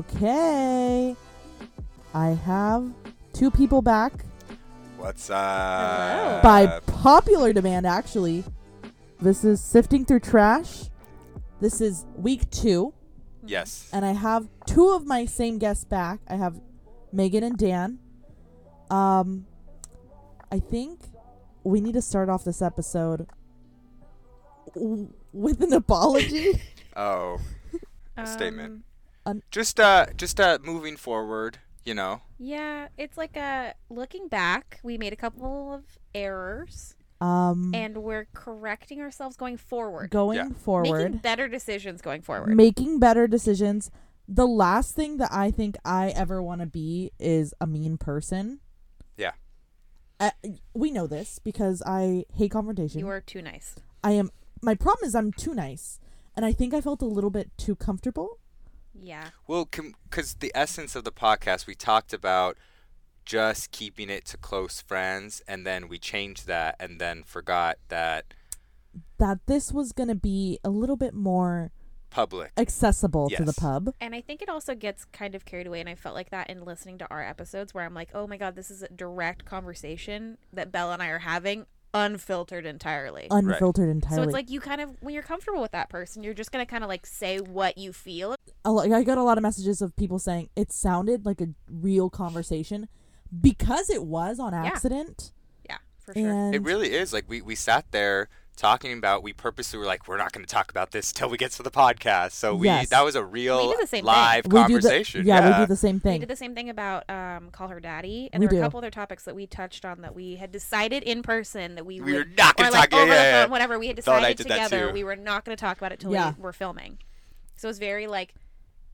Okay. I have two people back What's up? by popular demand, actually. This is Sifting Through Trash. This is week two, yes. and I have two of my same guests back. I have Megan and Dan. Um, I think we need to start off this episode w- with an apology. Oh, a statement. Um, just uh, just uh, moving forward. You know, Yeah, it's like a looking back, we made a couple of errors um, and we're correcting ourselves going forward. going Yeah. forward. Making better decisions going forward. making better decisions. The last thing that I think I ever want to be is a mean person. Yeah. Uh, we know this because I hate confrontation. you are too nice. I am my problem is I'm too nice, and I think I felt a little bit too comfortable. Yeah. well, because the essence of the podcast, we talked about just keeping it to close friends, and then we changed that, and then forgot that That this was gonna be a little bit more public. accessible to the Yes. pub. And I think it also gets kind of carried away and I felt like that in listening to our episodes where I'm like, "Oh my god, this is a direct conversation that Bella and I are having unfiltered entirely." Unfiltered entirely. so it's like you kind of when you're comfortable with that person, you're just going to kind of like say what you feel. a lot, I got a lot of messages of people saying it sounded like a real conversation because it was on accident. Yeah, for sure. And It really is like we we sat there talking about. We purposely were like, we're not going to talk about this till we get to the podcast. So we Yes. that was a real We do the same thing. live conversation. Do the, yeah, we do the same We thing. did the same thing about um, Call Her Daddy, and We there were do. a couple other topics that we touched on that we had decided in person that we, We would, were not gonna or, like, talk- yeah, over yeah, yeah. the phone, whatever. We had Thought I decided did that together too. we were not going to talk about it till Yeah. we were filming. So it was very like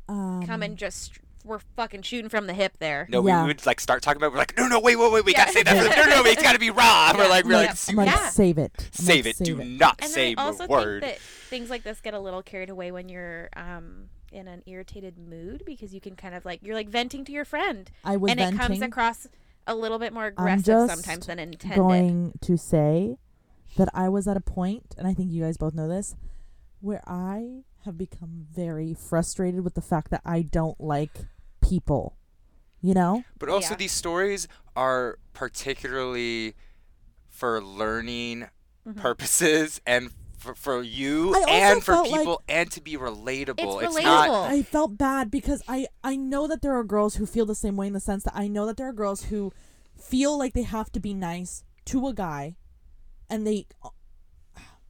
um, come and just we're fucking shooting from the hip there. No, we- Yeah. we would like start talking about. We're like, no, no, wait, wait, wait, we Yeah. gotta say that. for the- No, no, no, it's gotta be raw. We're Yeah. like, we're I'm like, like, "See, I'm like, Yeah. save it. I'm save like, it. Do it. not And save then I also a word. think that things like this get a little carried away when you're um, in an irritated mood because you can kind of like you're like venting to your friend, I was and venting. it comes across a little bit more I'm aggressive just sometimes than intended. going to say that I was at a point, and I think you guys both know this, where I have become very frustrated with the fact that I don't like people. You know, But also, Yeah. these stories are particularly for learning Mm-hmm. purposes and for, for you I also and for felt like- people and to be relatable. It's not. relatable. I felt bad because I I know that there are girls who feel the same way in the sense that I know that there are girls who feel like they have to be nice to a guy, and they.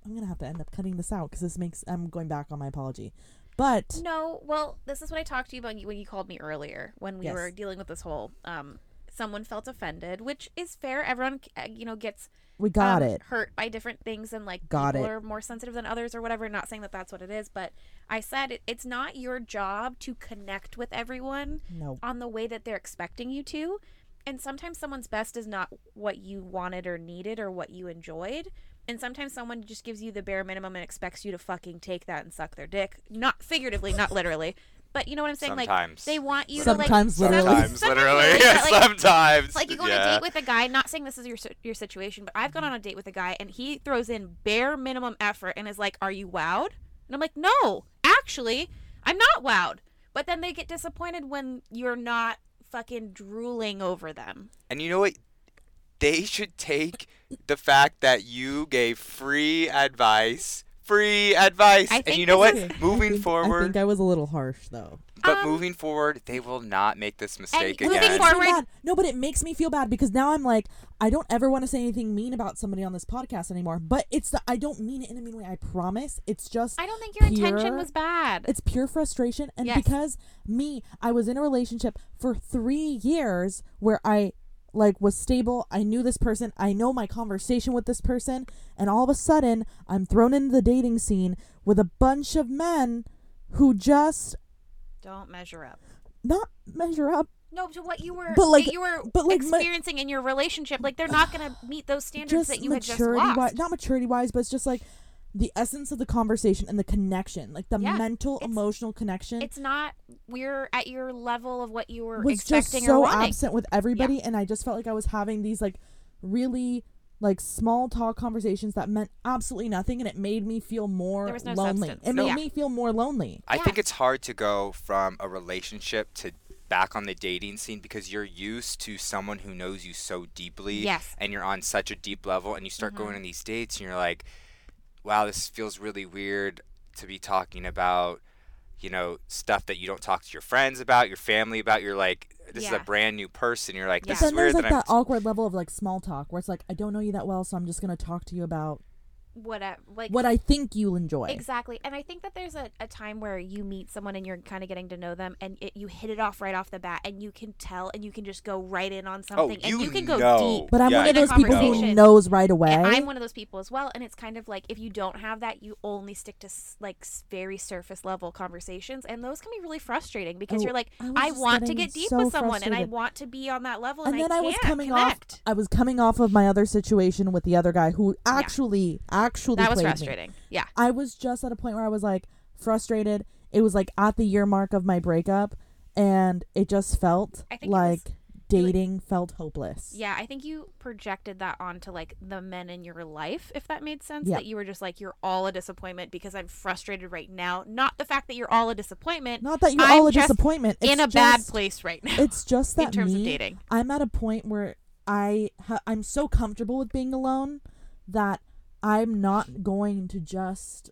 I'm gonna have to end up cutting this out because this makes I'm going back on my apology, but No, well, this is what I talked to you about when you called me earlier when we Yes. were dealing with this whole um someone felt offended, which is fair. Everyone uh, you know gets we got um, it. hurt by different things and like Got people it. are more sensitive than others or whatever. Not saying that that's what it is, but I said it, it's not your job to connect with everyone No, on the way that they're expecting you to. And sometimes someone's best is not what you wanted or needed or what you enjoyed. And sometimes someone just gives you the bare minimum and expects you to fucking take that and suck their dick. Not figuratively, not literally. But you know what I'm saying? Sometimes. Like they want you Sometimes to like literally. Sometimes, literally. but, like, sometimes. it's like you go yeah. on a date with a guy. Not saying this is your si- your situation, but I've gone on a date with a guy and he throws in bare minimum effort and is like, "Are you wowed?" And I'm like, "No, actually, I'm not wowed." But then they get disappointed when you're not fucking drooling over them. And you know what? They should take the fact that you gave free advice. Free advice. I and think you know this what? is- Moving I think- I forward, think I was a little harsh though. but Um, moving forward, they will not make this mistake moving again. Makes me forward- bad. No, but it makes me feel bad because now I'm like, I don't ever want to say anything mean about somebody on this podcast anymore. But it's the I don't mean it in a mean way. I promise. It's just I don't think your pure- intention was bad. It's pure frustration, and Yes. because me, I was in a relationship for three years where I like was stable. I knew this person. I know my conversation with this person, and all of a sudden, I'm thrown into the dating scene with a bunch of men who just Don't measure up. not measure up No, to what you were, But, like- that you were but, like, my- experiencing in your relationship, like they're not gonna meet those standards that you had just lost. wise, not maturity wise, but it's just like the essence of the conversation and the connection, like the Yeah, mental, it's- emotional connection. it's not we're at your level of what you were was just expecting or so wanting. absent with everybody, and I just felt like I was having these like really like small talk conversations that meant absolutely nothing and it made me feel more There was no lonely. substance. It No. made Yeah. me feel more lonely. I Yeah. think it's hard to go from a relationship to back on the dating scene because you're used to someone who knows you so deeply Yes. Mm-hmm. and you're on such a deep level and you start going on these dates and you're like wow this feels really weird to be talking about you know stuff that you don't talk to your friends about your family about you're like this is Yeah. a brand new person you're like Yeah. this Then is weird there's like that I'm that awkward level of like small talk where it's like I don't know you that well so I'm just going to talk to you about whatever. Like what I think you'll enjoy. Exactly. And I think that there's a, a time where you meet someone and you're kind of getting to know them and it, you hit it off right off the bat and you can tell and you can just go right in on something and Oh, you you can go know. deep. But I'm Yeah, one of in a those people who conversation. knows right away. And I'm one of those people as well. And it's kind of like if you don't have that, you only stick to s- like s- very surface level conversations. And those can be really frustrating because Oh, you're like, I was I, just want to getting get deep so with someone and I frustrated. want to be on that level. and And, then I, I, was can't coming connect. off. I was coming off of my other situation with the other guy who actually actually That was played me. frustrating. Yeah. I was just at a point where I was like frustrated. It was like at the year mark of my breakup, and it just felt I think it was like dating felt hopeless. Yeah, I think you projected that onto like the men in your life, if that made sense. Yeah. That you were just like, you're all a disappointment because I'm frustrated right now. Not the fact that you're all a disappointment. Not that you're I'm all a just disappointment. It's in a bad just- place right now. It's just that in terms me, of dating. I'm at a point where I ha- I'm so comfortable with being alone that I'm not going to just,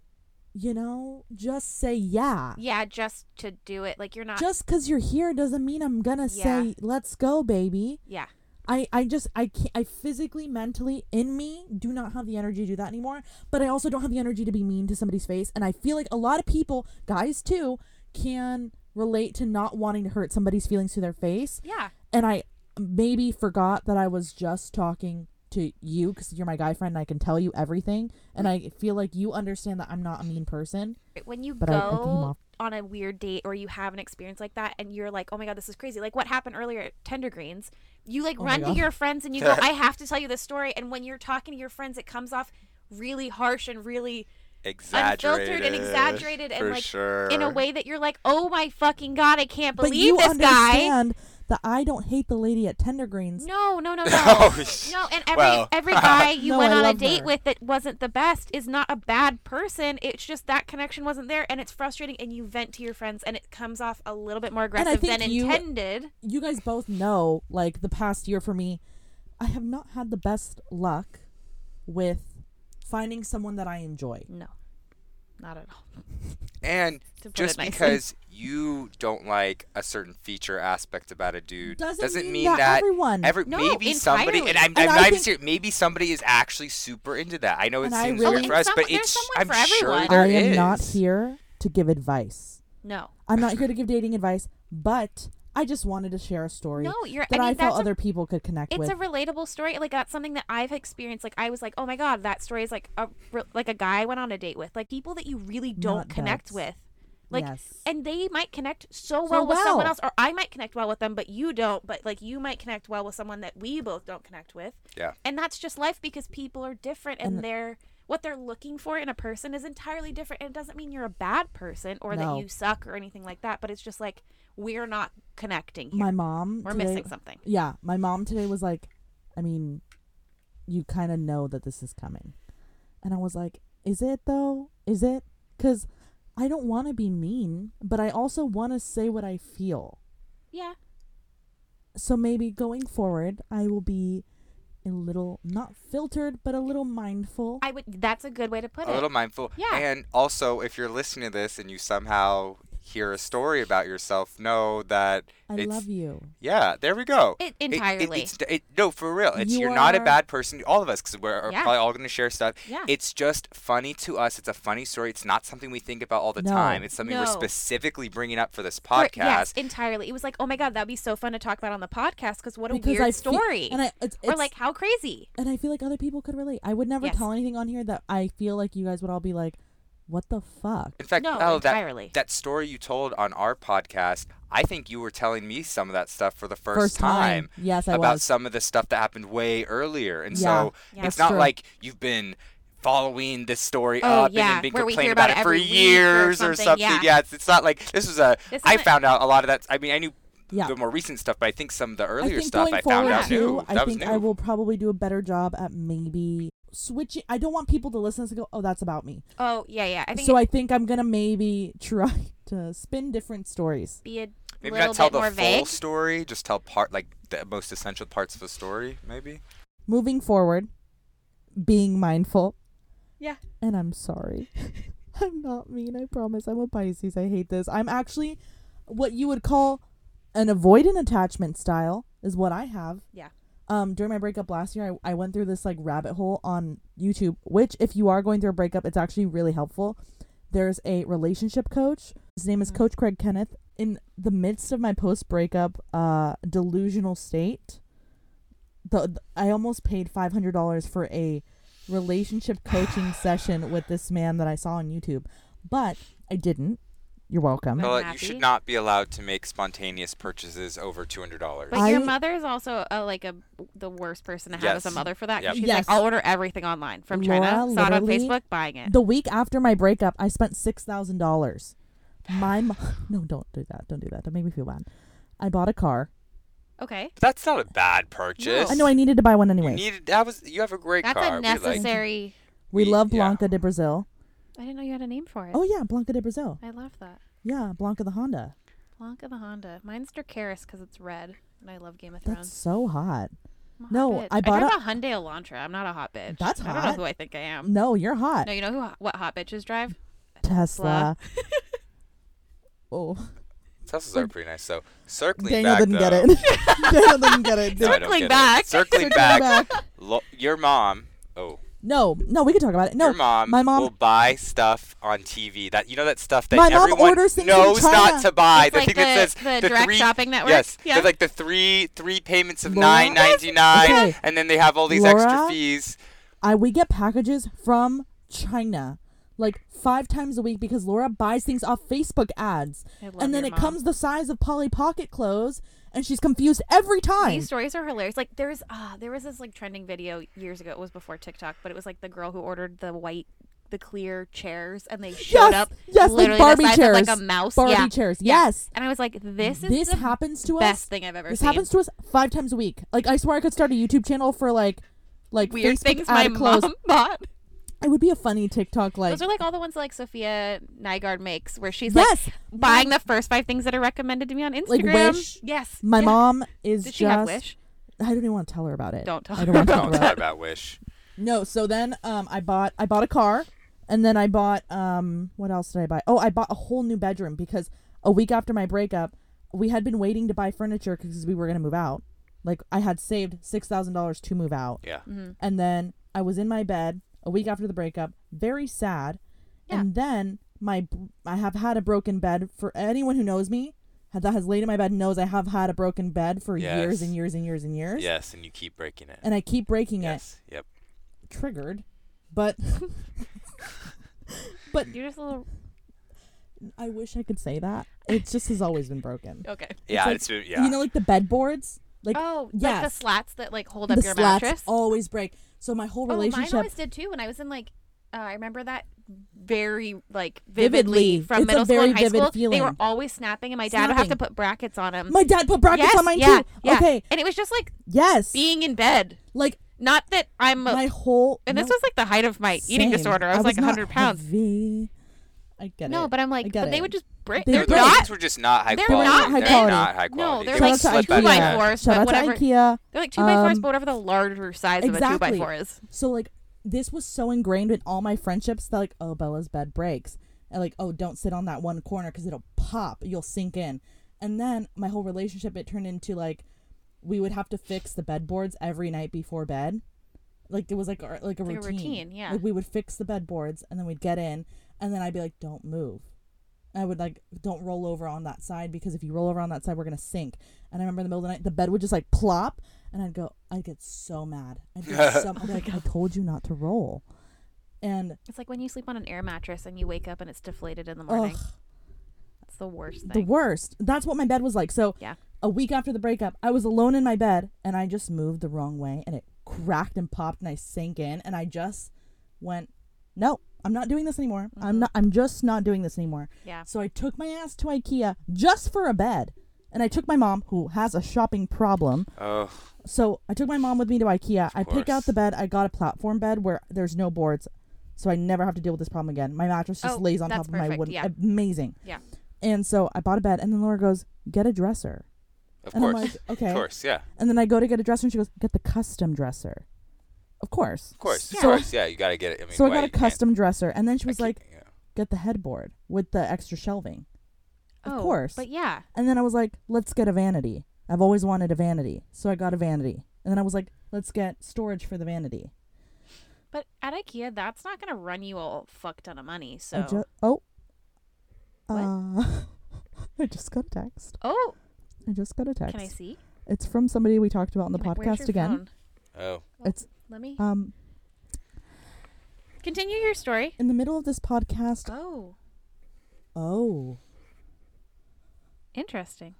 you know, just say yeah. Yeah, just to do it. Like you're not. Just because you're here doesn't mean I'm gonna Yeah. say let's go, baby. yeah. I, I just I can't I physically mentally in me do not have the energy to do that anymore but I also don't have the energy to be mean to somebody's face and I feel like a lot of people guys too can relate to not wanting to hurt somebody's feelings to their face Yeah. and I maybe forgot that I was just talking to you cuz you're my guy friend and I can tell you everything and I feel like you understand that I'm not a mean person When you But I- I think I'm go off. on a weird date or you have an experience like that and you're like, oh my God, this is crazy. Like what happened earlier at Tender Greens, you like Oh my run to God. your friends and you go, I have to tell you this story. And when you're talking to your friends, it comes off really harsh and really exaggerated and exaggerated and, for like, sure. in a way that you're like, oh my fucking god, I can't but believe you this guy. understand that I don't hate the lady at Tender Greens No, no, no, no. Oh, no, and every well. every guy you No, went I on a love date her. with that wasn't the best is not a bad person. It's just that connection wasn't there, and it's frustrating. And you vent to your friends, and it comes off a little bit more I aggressive than think you- intended. you guys both know like the past year for me i have not had the best luck with finding someone that i enjoy No, not at all. And To put just it nicely. because you don't like a certain feature aspect about a dude Doesn't doesn't, mean mean, that that, everyone- every- No, maybe somebody and I'm, entirely. And I'm I not even think- serious, maybe somebody is actually super into that. I know it And I seems really- Oh, weird for and us, but some- there's it's I'm someone for sure everyone. there i am not is. here to give advice No, i'm not here to give dating advice but i just wanted to share a story No, you're- I that i, mean, felt that's a- other people could connect it's with a relatable story like that's something that i've experienced like i was like oh my god that story is like a re- like a guy i went on a date with like people that you really don't Not connect duds. with like Yes. and they might connect so well with someone well. else or i might connect well with them but you don't but like you might connect well with someone that we both don't connect with Yeah. and that's just life because people are different and, And- they're what they're looking for in a person is entirely different and it doesn't mean you're a bad person or No. that you suck or anything like that but it's just like we're not connecting here my mom we're today- missing something yeah my mom today was like i mean you kind of know that this is coming and i was like is it though is it because i don't want to be mean but i also want to say what i feel yeah so maybe going forward i will be a little not filtered but a little mindful i would that's a good way to put a it little mindful. Yeah. And also, if you're listening to this and you somehow hear a story about yourself, know that i it's love you Yeah, there we go. It- it- E, entirely. it's, it, no, for real. It's You you are not a are- bad person. All of us, because we're are Yeah. probably all going to share stuff. Yeah. It's just funny to us. It's a funny story. It's not something we think about all the No. time. It's something we're No. specifically bringing up for this For- podcast. yes, entirely. It was like, oh my god, that'd be so fun to talk about on the podcast because what a because weird i feel- story, and i it's, or it's- like how crazy. and i feel like other people could relate i would never Yes. tell anything on here that i feel like you guys would all be like what the fuck In fact, e, No, Al, entirely. that, that story you told on our podcast, I think you were telling me some of that stuff for the first, First time. Yes, I about was. some of the stuff that happened way earlier. And Yeah. so Yeah. it's That's not true. like you've been following this story Oh, up and yeah, then been where we complaining hear about it, it for every week or years something, something. yeah. it's, it's not like this was a. This I isn't- found out a lot of that. I mean, I knew Yeah. the more recent stuff, but I think some of the I earlier think stuff going I found forward out too, new. I that think was new. I will probably do a better job at maybe switching. I don't want people to listen to go, oh, that's about me. Oh yeah, yeah. I think so it'd I think I'm gonna maybe try to spin different stories. be a Maybe little not tell bit the more full vague. story, just tell part like the most essential parts of the story, maybe. Moving forward, being mindful. Yeah. And I'm sorry. I'm not mean. I promise. I'm a Pisces. I hate this. I'm actually what you would call an avoidant attachment style is what I have. Yeah. Um, during my breakup last year, I, I went through this like rabbit hole on YouTube, which if you are going through a breakup, it's actually really helpful. There's a relationship coach. His name is Mhm. Coach Craig Kenneth. In the midst of my post breakup uh, delusional state, the, th- I almost paid five hundred dollars for a relationship coaching session with this man that I saw on YouTube, but I didn't. You're welcome. I'm Well, you happy. should not be allowed to make spontaneous purchases over two hundred dollars. But I- your mother is also a, like a the worst person to have as Yes. a mother for that. 'cause Yep. She's Yes. like, I'll order everything online from China. Laura Saw it on literally- Facebook, buying it. The week after my breakup, I spent six thousand dollars. My mo- no, don't do that. Don't do that. Don't make me feel bad. I bought a car. Okay, That's not a bad purchase. I know I needed to buy one Oh. You anyway. needed that was you have a great that's car. a We like- necessary. we we- love yeah. Blanca de Brazil. I didn't know you had a name for it. Oh yeah, Blanca de Brazil. I love that. Yeah, Blanca the Honda. Blanca the Honda. Mine's Dracaris because it's red, and I love Game of That's Thrones. so hot. I'm a hot no, bitch. I bought drive a- a, Hyundai Elantra. I'm not a hot bitch. That's I don't know hot. who I think I am. No, you're hot. No, you know who what hot bitches drive? Tesla. oh, Teslas are pretty nice. So circling Daniel back, didn't though, get it. Daniel didn't get it. No, I don't Circling get it. back. Circling back. Lo- your mom. Oh, No, no, we can talk about it. No, your mom, my mom. will buy stuff on TV. That you know that stuff that My mom everyone orders things in knows China. not to buy. It's the like thing that the- says the direct three, shopping network? Yes, Yeah. they're like the three three payments of Laura? nine ninety nine, Okay. and then they have all these Laura? extra fees. I we get packages from China like five times a week because Laura buys things off Facebook ads, I love and then your it mom. comes the size of Polly Pocket clothes, and she's confused every time. These stories are hilarious. Like there's ah, there was this like trending video years ago. It was before TikTok, but it was like the girl who ordered the white, the clear chairs, and they showed Yes, up yes, like literally Barbie the size of like chairs. a mouse. Barbie yeah. chairs, yeah. yes. And I was like, this is This the happens to us. best thing I've ever This seen. happens to us five times a week. Like I swear I could start a YouTube channel for like like Weird Facebook things my ad clothes. mom bought. It would be a funny TikTok like Those are like all the ones that, like Sophia Nygaard makes, where she's Yes. like buying the first five things that are recommended to me on Like Instagram. Wish? Yes. my Yeah. mom is Did she just have Wish? I don't even want to tell her about it. Don't tell I don't her want to I talk don't about it. know about Wish. No, so then um I bought I bought a car and then I bought um what else did I buy? Oh, I bought a whole new bedroom because a week after my breakup, we had been waiting to buy furniture because we were going to move out. Like I had saved $6,000 to move out. Yeah. And then I was in my bed a week after the breakup, very sad. Yeah. And then my I have had a broken bed for anyone who knows me that has laid in my bed knows I have had a broken bed for years Yes. and years and years and years. Yes, and you keep breaking it. And I keep breaking it yes. Yep. triggered, but but You're just a little I wish I could say that. It just has always been broken. okay. Yeah. like- It's, been- yeah. You know, like the bed boards, like Oh, like the yes. slats that like hold the up your slats mattress. always break. So my whole Oh, mine relationship, always did too. When I was in like, uh, I remember that very like Vividly. vividly, from It's a middle school very and high vivid school. They were feeling. always snapping, and my dad would have to Snapping. put brackets on them. my dad put brackets yes, on mine yeah, too. Yeah. Okay, and it was just like yes, being in bed. like Not that I'm, a, my whole and this no, was like the height of my eating same. disorder. I was, like not 100 pounds. heavy. I get it. No, but I'm I like, get but they it. would just break. They They're would break. those not. things were just not high they're quality. not high they're quality. not high No, quality. they're they Shout like would out to slip two out of by IKEA. hand. fours, Shout but out to whatever. IKEA. They're like two by fours, Um, but whatever the larger size of a two by Exactly. four is. So like this was so ingrained in all my friendships that like oh Bella's bed breaks and like oh don't sit on that one corner because it'll pop you'll sink in and then my whole relationship it turned into like we would have to fix the bedboards every night before bed like it was like a, like a Like a routine routine, yeah. like we would fix the bedboards and then we'd get in and then I'd be like don't move and I would like don't roll over on that side because if you roll over on that side we're gonna sink and I remember in the middle of the night the bed would just like plop and I'd go I'd get so mad I'd get so I'd be like I told you not to roll and It's like when you sleep on an air mattress and you wake up and it's deflated in the morning. ugh, That's the worst the thing. worst that's what my bed was like so Yeah. a week after the breakup I was alone in my bed and I just moved the wrong way and it cracked and popped and I sank in and I just went no I'm not doing this anymore I'm not I'm just not doing this anymore yeah. So I took my ass to IKEA just for a bed. And I took my mom, who has a shopping problem. Oh, So I took my mom with me to IKEA. I pick out course. the bed. I got a platform bed where there's no boards, so I never have to deal with this problem again. My mattress just Oh, lays on top that's of my perfect, wooden. yeah. Amazing. Yeah. And so I bought a bed, and then Laura goes, "Get a dresser." of And I'm course. like, okay. Of course, yeah. And then I go to get a dresser, and she goes, "Get the custom dresser." Of course. Of course, So, of course, yeah. You gotta get it. I mean, so I why got a you can't- custom dresser, and then she I was like, can't- yeah. "Get the headboard with the extra shelving." Of oh, course. But yeah. And then I was like, let's get a vanity. I've always wanted a vanity. So I got a vanity. And then I was like, let's get storage for the vanity. But at IKEA, that's not gonna run you a fuck ton of money. I So just oh. What? Uh, I just got a text. oh, I just got a text. can I see It's from somebody we talked about on the Can I- where's podcast your again. phone? Oh, It's Let me um continue your story. in the middle of this podcast. Oh, Oh. interesting.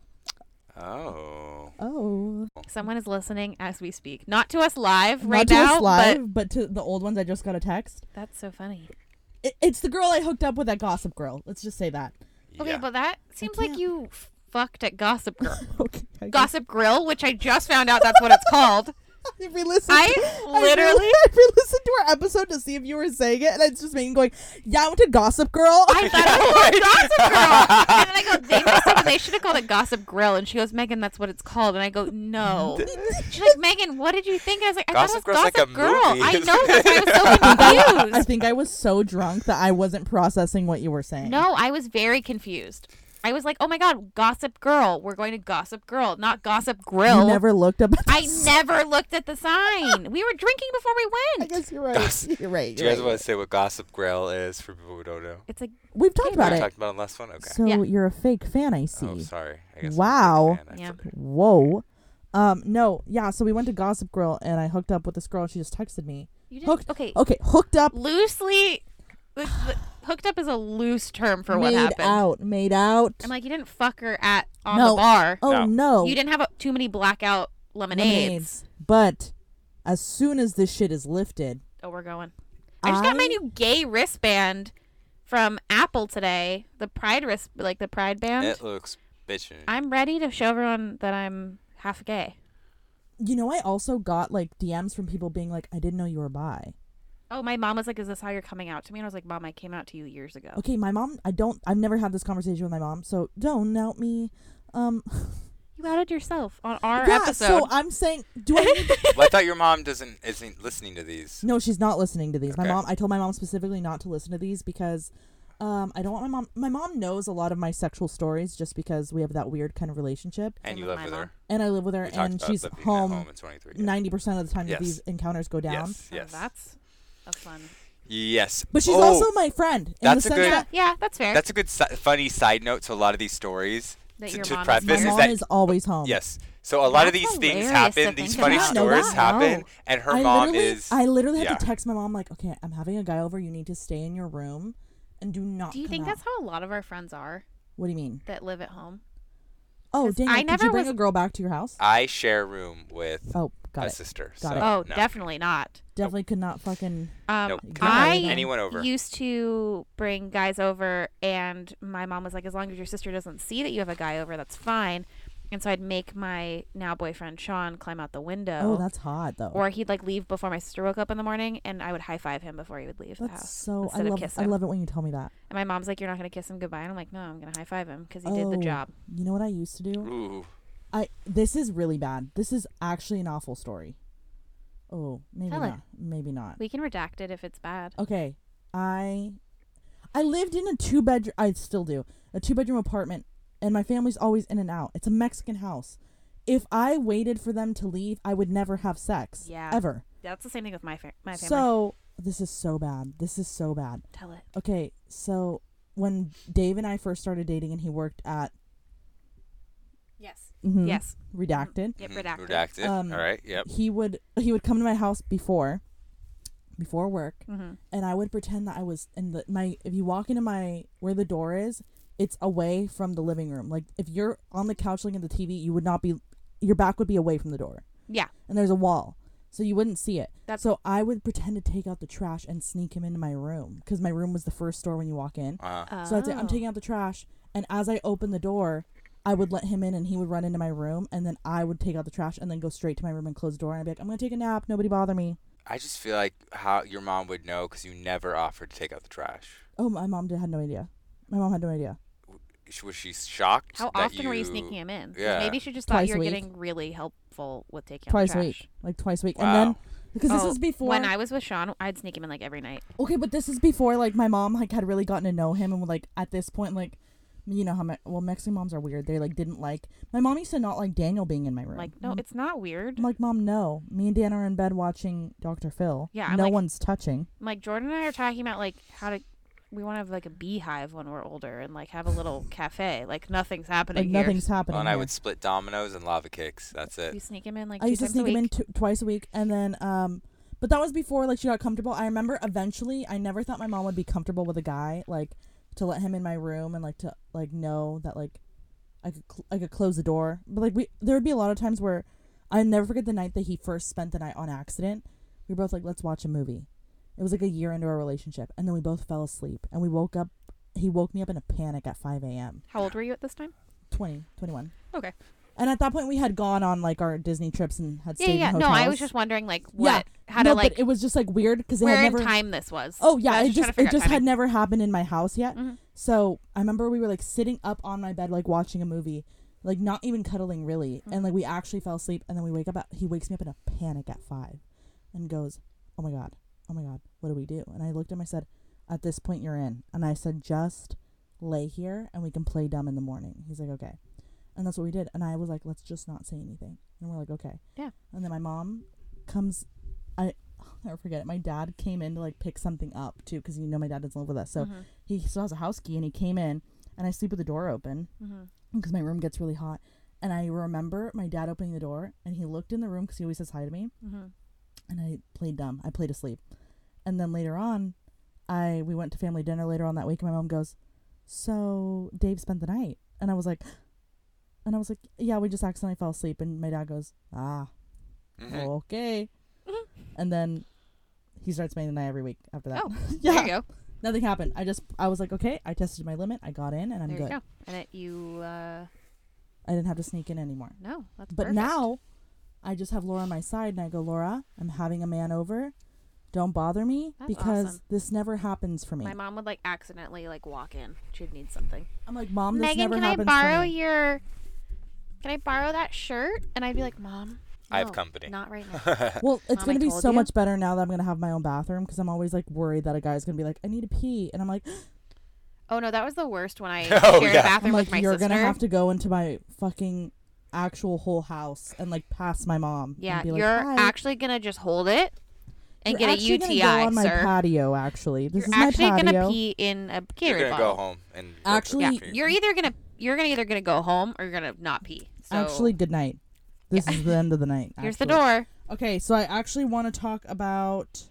oh. Oh. Someone is listening as we speak, not to us live Not right to now, us live, but to the old ones I just got a text. but that's so funny. It, it's the girl I hooked up with at Gossip Girl. Let's just say that. Okay, yeah. but that seems like can't- you fucked at Gossip Girl. Okay. I guess- Gossip Grill, which I just found out that's what it's called. I re-listened. I to- literally- I re-listened to our episode to see if you were saying it, and it's just me going, "Yeah, I went to Gossip Girl." I thought it was called Gossip Girl. And then I go, they messed up and they should have called it Gossip Grill. And she goes, Megan, that's what it's called. And I go, no. She's like, Megan, what did you think? I was like, I Gossip thought it Girl's like a was Gossip Girl. movie, I isn't it? know, that's why I was so I confused. think I was so drunk that I wasn't processing what you were saying. No, I was very confused. I was like, oh my God, Gossip Girl. We're going to Gossip Girl, not Gossip Grill. you never looked up. at I this. never looked at the sign. We were drinking before we I went. guess you're right. Gossip- You're right. Do you're you guys right. want to say what Gossip Grail is for people who don't know? It's like, We've talked about we it. talked about it last one. Okay. So Yeah. you're a fake fan, I see. Oh, sorry. I guess I'm a big Wow. fan. I Yeah. forgot. Whoa. Um, no, yeah. So we went to Gossip Girl, and I hooked up with this girl. and She just texted me. you did Hooked. Okay. Okay, hooked up. Loosely, th- th- hooked up is a loose term for what made happened. out. Made out. I'm like, you didn't fuck her at on No. the bar. oh No. no. You didn't have a, too many blackout lemonades. lemonades. But as soon as this shit is lifted, Oh, we're going. I just got my I- new gay wristband from Apple today. The Pride wrist, like the Pride band. It looks bitchin'. I'm ready to show everyone that I'm half gay. you know, I also got like DMs from people being like, I didn't know you were bi. Oh, my mom was like, "Is this how you're coming out to me?" And I was like, "Mom, I came out to you years ago." Okay, my mom, I don't, I've never had this conversation with my mom, so don't doubt me. Um, You outed yourself on our yeah, episode. so I'm saying, do I need, well, I thought your mom doesn't isn't listening to these. no, she's not listening to these. My Okay. mom, I told my mom specifically not to listen to these because, um, I don't want my mom, my mom knows a lot of my sexual stories just because we have that weird kind of relationship And you Same with live my with mom. her. and I live with her We talked and about she's the being at home, home in 23. yeah. 90% of the time Yes. that these encounters go down. Yes. Oh, Yes. that's a fun. Yes. But she's Oh, also my friend. In that's the a sense good- that Yeah, yeah, that's fair. That's a good si- funny side note to a lot of these stories. That to your to mom is preface my This is mom that is um, always home. yes. So a lot of That's these things hilarious to happen. These think funny about. I didn't know stories that. happen, No. and her I mom literally, is. I literally had to yeah. text my mom like, okay, I'm having a guy over. You need to stay in your room, and do not. Do you come think out." that's how a lot of our friends are What do you mean? that live at home? Oh, 'Cause dang! I Did never you bring was- a girl back to your house? I share a room with Oh, got Uh, a it. sister. Got so it. Oh, Uh, no. definitely not. Definitely could not fucking. Um, Nope. Couldn't I invite anyone over. used to bring guys over, and my mom was like, as long as your sister doesn't see that you have a guy over, that's fine. And so I'd make my now boyfriend Sean climb out the window, Oh, that's hot though. or he'd like leave before my sister woke up in the morning, and I would high five him before he would leave the that's house. so. I oh, instead of love. kiss I him. love it when you tell me that. And my mom's like, "You're not gonna kiss him goodbye," and I'm like, "No, I'm gonna high five him because he oh, did the job." You know what I used to do? Ooh. I. This is really bad. This is actually an awful story. Oh, maybe Tell it. not. Maybe not. We can redact it if it's bad. Okay, I. I lived in a two bedroom. I still do a two bedroom apartment, and my family's always in and out. It's a Mexican house. If I waited for them to leave, I would never have sex. Yeah. Ever. That's the same thing with my fa- my family. So this is so bad. This is so bad. Tell it. Okay, so when Dave and I first started dating, and he worked at Yes. mhm, Yes. Redacted, Yep. Mhm. Redacted. Redacted. Um, All right. Yep. he would he would come to my house before before work, Mm-hmm. and I would pretend that I was in the my if you walk into my where the door is, it's away from the living room. Like if you're on the couch looking at the TV, you would not be your back would be away from the door. Yeah. And there's a wall. So you wouldn't see it. That's- so I would pretend to take out the trash and sneak him into my room because my room was the first door when you walk in. Uh, Oh. So I'd say, I'm taking out the trash, and as I open the door, I would let him in and he would run into my room and then I would take out the trash and then go straight to my room and close the door and I'd be like, I'm gonna take a nap, nobody bother me. I just feel like how your mom would know because you never offered to take out the trash. Oh, my mom did had no idea. My mom had no idea. Sh- Was she shocked? How that often were you you sneaking him in? 'Cause Yeah. Maybe she just thought Twice you a were week. getting really helpful with taking out the Twice a trash. week. Like twice a week. Wow. And then because this Oh, is before when I was with Sean, I'd sneak him in like every night. Okay, but this is before like my mom like had really gotten to know him and would, like at this point like you know how my well Mexican moms are weird. They like didn't like my mom used to not like Daniel being in my room. Like, no, it's not weird. I'm Mm-hmm. like, Mom, no. Me and Dan are in bed watching Dr. Phil. Yeah, I'm no like- one's touching. I'm like Jordan and I are talking about like how to we want to have like a beehive when we're older and like have a little cafe. Like nothing's happening Like here. nothing's happening. Well, and I here. would split dominoes and lava kicks. That's You it. sneak him in like I two used to times sneak a him in week. t- twice a week, and then um, but that was before like she got comfortable. I remember eventually, I never thought my mom would be comfortable with a guy like to let him in my room and like to like know that like I could cl- I could close the door, but like we there would be a lot of times where I never forget the night that he first spent the night on accident. We were both like, let's watch a movie. It was like a year into our relationship, and then we both fell asleep, and we woke up. He woke me up in a panic at 5 a.m. How old were you at this time? 20, 21. Okay. And at that point, we had gone on like our Disney trips and had Yeah, stayed yeah. in No, hotels. I was just wondering like what how no, to like but it was just like weird because it where had never. in time this was. Oh yeah, I was it just just it trying to figure out just had timing. never happened in my house yet. Mhm. So I remember we were like sitting up on my bed, like watching a movie, like not even cuddling really, and like we actually fell asleep. And then we wake up. At, he wakes me up in a panic at five, and goes, "Oh my god, oh my god, what do we do?" And I looked at him. I said, "At this point, you're in." And I said, "Just lay here, and we can play dumb in the morning." He's like, "Okay," and that's what we did. And I was like, "Let's just not say anything." And we're like, "Okay." Yeah. And then my mom comes. I I'll never forget it. My dad came in to like pick something up too, because you know my dad doesn't live with us, so Mhm. he still has a house key and he came in and i sleep with the door open Mhm. because my room gets really hot and i remember my dad opening the door and he looked in the room because he always says hi to me Mhm. and i played dumb i played asleep and then later on i we went to family dinner later on that week and my mom goes so dave spent the night and i was like and i was like yeah we just accidentally fell asleep and my dad goes ah Mhm. okay and then he starts spending the night every week after that Oh, yeah There you go. nothing happened. I just I was like, okay, I tested my limit. I got in, and I'm there good. you go. And that you uh I didn't have to sneak in anymore. no, that's But perfect. now, I just have Laura on my side, and I go, Laura, I'm having a man over. Don't bother me That's because awesome. this never happens for me. my mom would like accidentally like walk in. She'd need something. I'm like, Mom, this Megan, never can I happens borrow for me. your? Can I borrow that shirt? And I'd be like, Mom, I have no, company. Not right now. Well, it's Mom, I gonna be told so you. much better now that I'm gonna have my own bathroom because I'm always like worried that a guy's gonna be like, I need to pee, and I'm like, oh no, that was the worst when I Oh, shared yeah. a bathroom I'm like, with my you're sister. gonna have to go into my fucking actual whole house and like pass my mom. yeah, and be like, you're "Hi." actually gonna just hold it and You're get a actually gonna UTI, go on my sir. patio. Actually, this you're is actually my patio. gonna pee in a You're Gatorade gonna bottle. go home and go Actually, to Yeah, the home. you're either gonna you're gonna either gonna go home or you're gonna not pee. So Actually, good night. This is the end of the night. here's the actually. door. Okay, so I actually want to talk about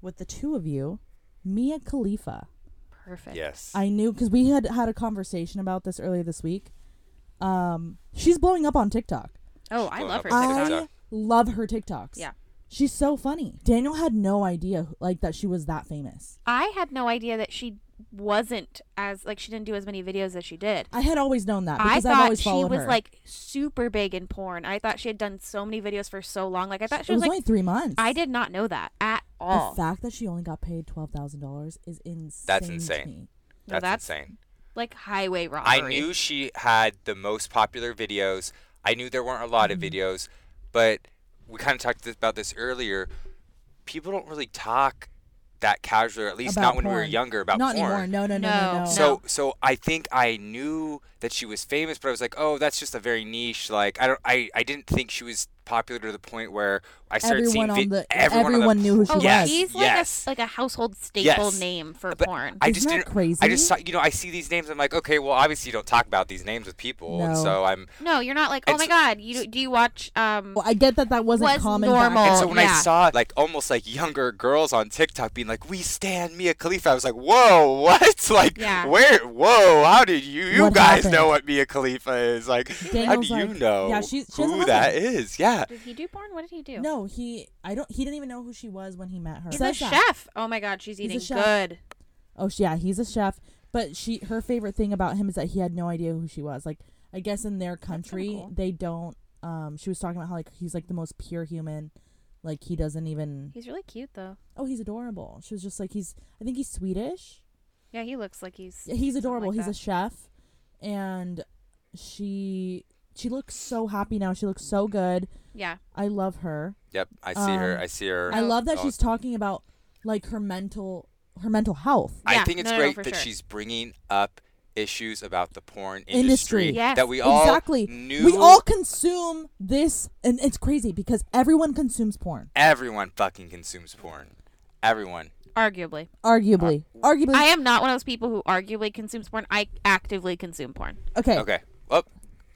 with the two of you, Mia Khalifa. Perfect. yes. I knew because we had had a conversation about this earlier this week. Um, she's blowing up on TikTok. Oh, I Blowing love up her. on TikTok. I love her TikToks. Yeah. she's so funny. Daniel had no idea like that she was that famous. I had no idea that she wasn't as like she didn't do as many videos as she did. I had always known that I because I've thought always she followed was her. like super big in porn. I thought she had done so many videos for so long. Like I thought she it was, was like only three months. I did not know that at The Oh. all. fact that she only got paid twelve thousand dollars is insane. to insane. me. No, that's, that's insane. like highway robbery. I knew she had the most popular videos. I knew there weren't a lot of Mm-hmm. videos, but we kind of talked th- about this earlier. People don't really talk that casually, or at least not when we were porn. younger, about not porn. anymore. No, no, no, no, No. no. So so I think I knew that she was famous, but I was like, oh, that's just a very niche. Like I don't, I, I didn't think she was popular to the point where I started Everyone seeing on vid- the- everyone, on everyone the knew who pl- Oh, she yes, was. she's like yes. a like a household staple Yes. name for but porn. I Isn't just that didn't. I crazy? just saw, you know, I see these names. I'm like, okay, well, obviously you don't talk about these names with people, and No. so I'm no, you're not like, oh And my so- god, you do you watch um Well, I get that that wasn't Was common. normal. And Back. so when I Oh, yeah. saw like almost like younger girls on TikTok being like, "We stand Mia Khalifa," I was like, "Whoa, what? Like, Yeah. where? Whoa, how did you you What guys happened? know what Mia Khalifa is? Like, how do Daniel's you like- know yeah, she- she has a who that is? Yeah, did he do porn? What did he do? No, he. I don't. He didn't even know who she was when he met her. He's a Says that. chef. Oh my god, she's He's a eating chef. good. Oh, sh- yeah, he's a chef. But she, her favorite thing about him is that he had no idea who she was. Like I guess in their kinda country cool. they don't. Um, she was talking about how like he's like the most pure human, like he doesn't even. He's really cute though. Oh, he's adorable. She was just like he's. I think he's Swedish. Yeah, he looks like he's. Yeah, he's something adorable. like he's a that. chef, and she she looks so happy now. She looks so good. yeah. I love her. Yep, I see her. Um, I see her. I love that Oh, she's talking about like her mental her mental health. I Yeah, think it's no, no, no, great for that sure. she's bringing up issues about the porn Industry. industry, Yes, that we all exactly. knew. We all consume this, and it's crazy because everyone consumes porn. everyone fucking consumes porn. Everyone. Arguably, Arguably, Uh, arguably. I am not one of those people who arguably consumes porn. I actively consume porn. okay, Okay. Oh,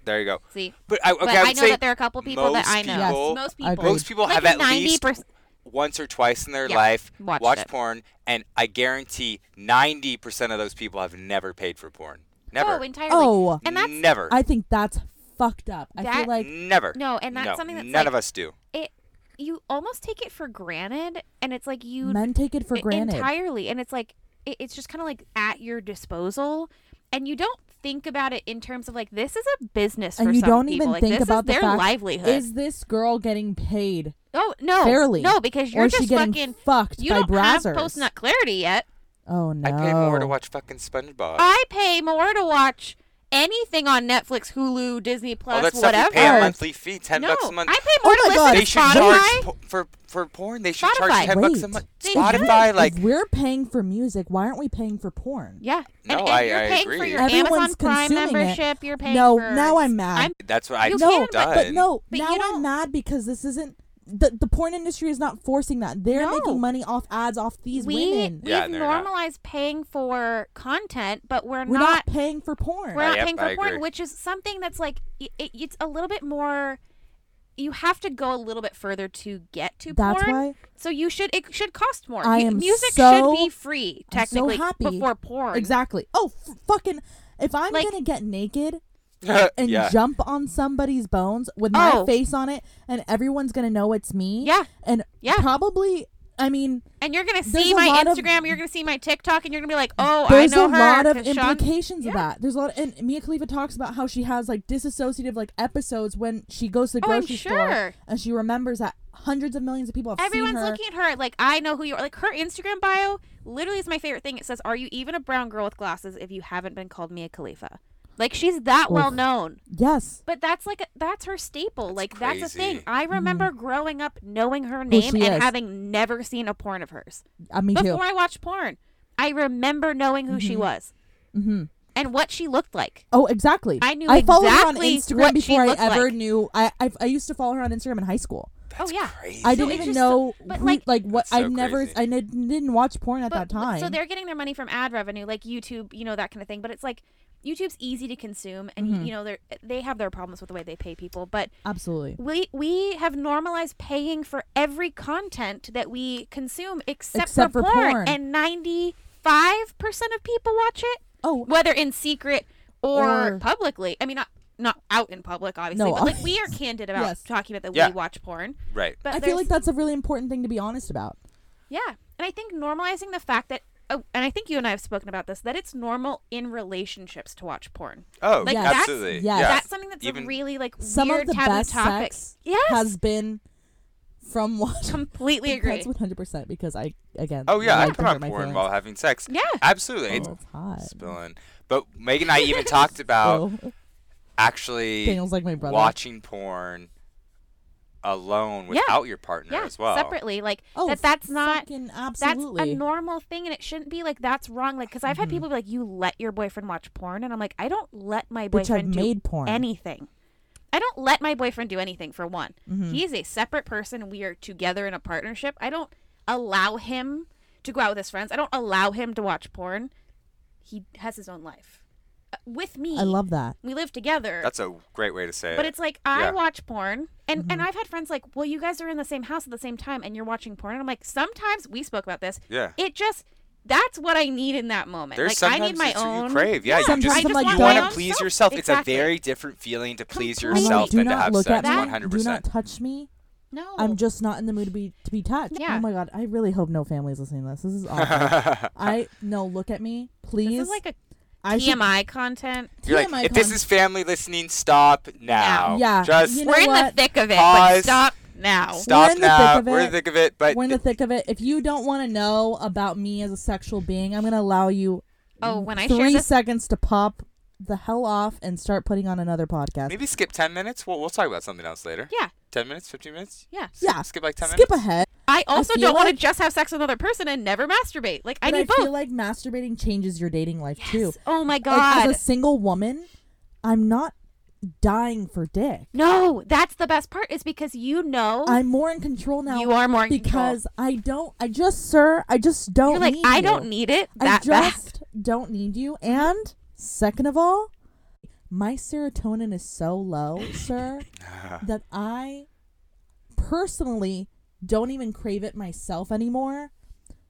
there you go. See, But I, okay, but I I, would know say that there are a couple people that most I know. people- Most Yes, people. most people Like have a at least 90% once or twice in their Yeah, life watched it. porn, and I guarantee ninety percent of those people have never paid for porn. Never. Oh, entirely. Oh. and that's never. I think that's fucked up. I feel That- like never. No, and that's No, something that's none like- of us do. it. You almost take it for granted, and it's like you men take it for i- granted. entirely and it's like it, it's just kind of like at your disposal and you don't think about it in terms of like this is a business for and you some don't people. even like, think this is about the their fact: livelihood Is this girl getting paid oh no fairly? no because you're or is just she getting fucking fucked you by don't brazzers? have post nut clarity yet Oh no! I pay more to watch fucking SpongeBob. i pay more to watch anything on netflix hulu disney plus oh, that's stuff whatever you pay a whatever. monthly fee, ten no bucks a month. i pay more Oh my to God. listen they to should spotify charge po- for for porn. They should charge Spotify. ten bucks a Wait. month. They should. Spotify, like if we're paying for music, why aren't we paying for porn? yeah No, and, and I- you're I paying for agree. your Everyone's amazon prime consuming it. membership you're paying No, for now I'm mad. I'm- that's what I've You no, can, done. but no, But now you I'm don't- mad because this isn't the the porn industry is not forcing that. They're No. making money off ads off these we, women. We've Yeah, they're not. normalized paying for content, but we're, We're not, not, paying for porn. we're Uh, not yep, paying I for porn, agree. which is something that's like it, it, it's a little bit more. You have to go a little bit further to get to That's porn. why- So you should it should cost more. I Mu- am Music so- should be free I'm so technically happy. before porn. Exactly. Oh, f- fucking! If I'm Like- gonna get naked and yeah. jump on somebody's bones with my Oh. face on it, and everyone's gonna know it's me. Yeah. And Yeah. probably. I mean, And you're gonna There's see a my lot of- Instagram. you're gonna see my TikTok, and you're gonna be like, "Oh, there's I know a her." lot of 'cause Sean- implications Yeah. of that. There's a lot, and Mia Khalifa talks about how she has like disassociative like episodes when she goes to the Oh, I'm grocery sure. store and she remembers that hundreds of millions of people have Everyone's seen her. looking at her like I know who you are. Like her Instagram bio literally is my favorite thing. It says, "Are you even a brown girl with glasses if you haven't been called Mia Khalifa?" Like she's that well Oof. known. Yes, But that's like a, that's her staple. like that's a thing. crazy. I remember growing up knowing her name Mm. she and is. having never seen a porn of hers uh, me before too. Mm-hmm. I watched porn. I remember knowing who she was Mhm. and what she looked like. Oh, exactly. I knew I followed exactly her on Instagram what she before I looked ever like. knew. I, I I used to follow her on Instagram in high school. That's oh yeah. crazy. I So didn't it's even just know so- but, who- like- what That's so I never crazy. I ne- didn't watch porn at that But- time. So they're getting their money from ad revenue, like YouTube, you know that kind of thing. But it's like YouTube's easy to consume, and Mm-hmm. you know they they have their problems with the way they pay people. But absolutely. we we have normalized paying for every content that we consume except, Except for, for porn. porn. and ninety five percent of people watch it, Oh, whether in secret or, Or- publicly. I mean, not not out in public, obviously, No, but like we are candid about Yes. talking about that Yeah. we watch porn. Right. But I feel there's- like that's a really important thing to be honest about. yeah, and I think normalizing the fact that, oh, and I think you and I have spoken about this, that it's normal in relationships to watch porn. Oh, Like, that's- absolutely. yes. Yeah. That's something that's Even- a really like Some weird of the taboo best topic. sex yes, has been from watching. completely agree. That's one hundred percent because I again. Oh yeah, I like to come hurt on my porn feelings. while having sex. Yeah. Absolutely. Oh, It's that's hot. spilling. But Megan and I even talked about Ew. actually Oh. Daniel's like my brother. watching porn alone Yeah. without your partner yeah, as well. separately, like Oh, that. That's not. fucking That's absolutely. Mm-hmm. a normal thing, and it shouldn't be like that's wrong. Like, because I've had people be like, "You let your boyfriend watch porn," and I'm like, "I don't let my Which I've boyfriend do made porn. anything. I don't let my boyfriend do anything for one. Mm-hmm. He is a separate person. We are together in a partnership. I don't allow him to go out with his friends. I don't allow him to watch porn. He has his own life Uh, with me. I love that. We live together. That's a great way to say but it. it's like I Eh, Yeah. watch porn, and Mm-hmm. and I've had friends like, well, you guys are in the same house at the same time, and you're watching porn. And I'm like, sometimes we spoke about this. Yeah. It just that's what I need in that moment. There's like I sometimes need my it's what own. you crave. Yeah, you Sometimes just, I'm like, you don't- want my to own please self. yourself. Exactly. It's a very different feeling to please Completely. I'm yourself like, do than to not have look sex. at me. That- 100%. Do not touch me. No. I'm just not in the mood to be to be touched. Yeah. Oh my god, I really hope no family is listening to this. This is awful. I no, look at me, please. This is like a I should- TMI content. You're like, TMI if this con- is family listening, stop now. Yeah, Just you know We're in what? the thick of it. Pause. But stop now. stop We're in the thick now. of We're in it. the thick of it. But we're in the th- thick of it. If you don't want to know about me as a sexual being, I'm going to allow you Oh, when I share three this, seconds to pop the hell off and start putting on another podcast. maybe skip 10 minutes. We'll, we'll talk about something else later. yeah, 10 minutes, 15 minutes? yeah. Skip, Yeah. Skip like 10 Skip minutes. ahead. I also feel don't want like- to just have sex with another person and never masturbate. Like I but need I both. feel like masturbating changes your dating life too. Yes. Oh my god. Like, as a single woman, I'm not dying for dick. No, that's the best part is because you know I'm more in control now. you are more in control. because I don't. I just, sir, I just don't. you're like need I you. don't need it that I just don't need you. And second of all, my serotonin is so low, sir, that I personally don't even crave it myself anymore.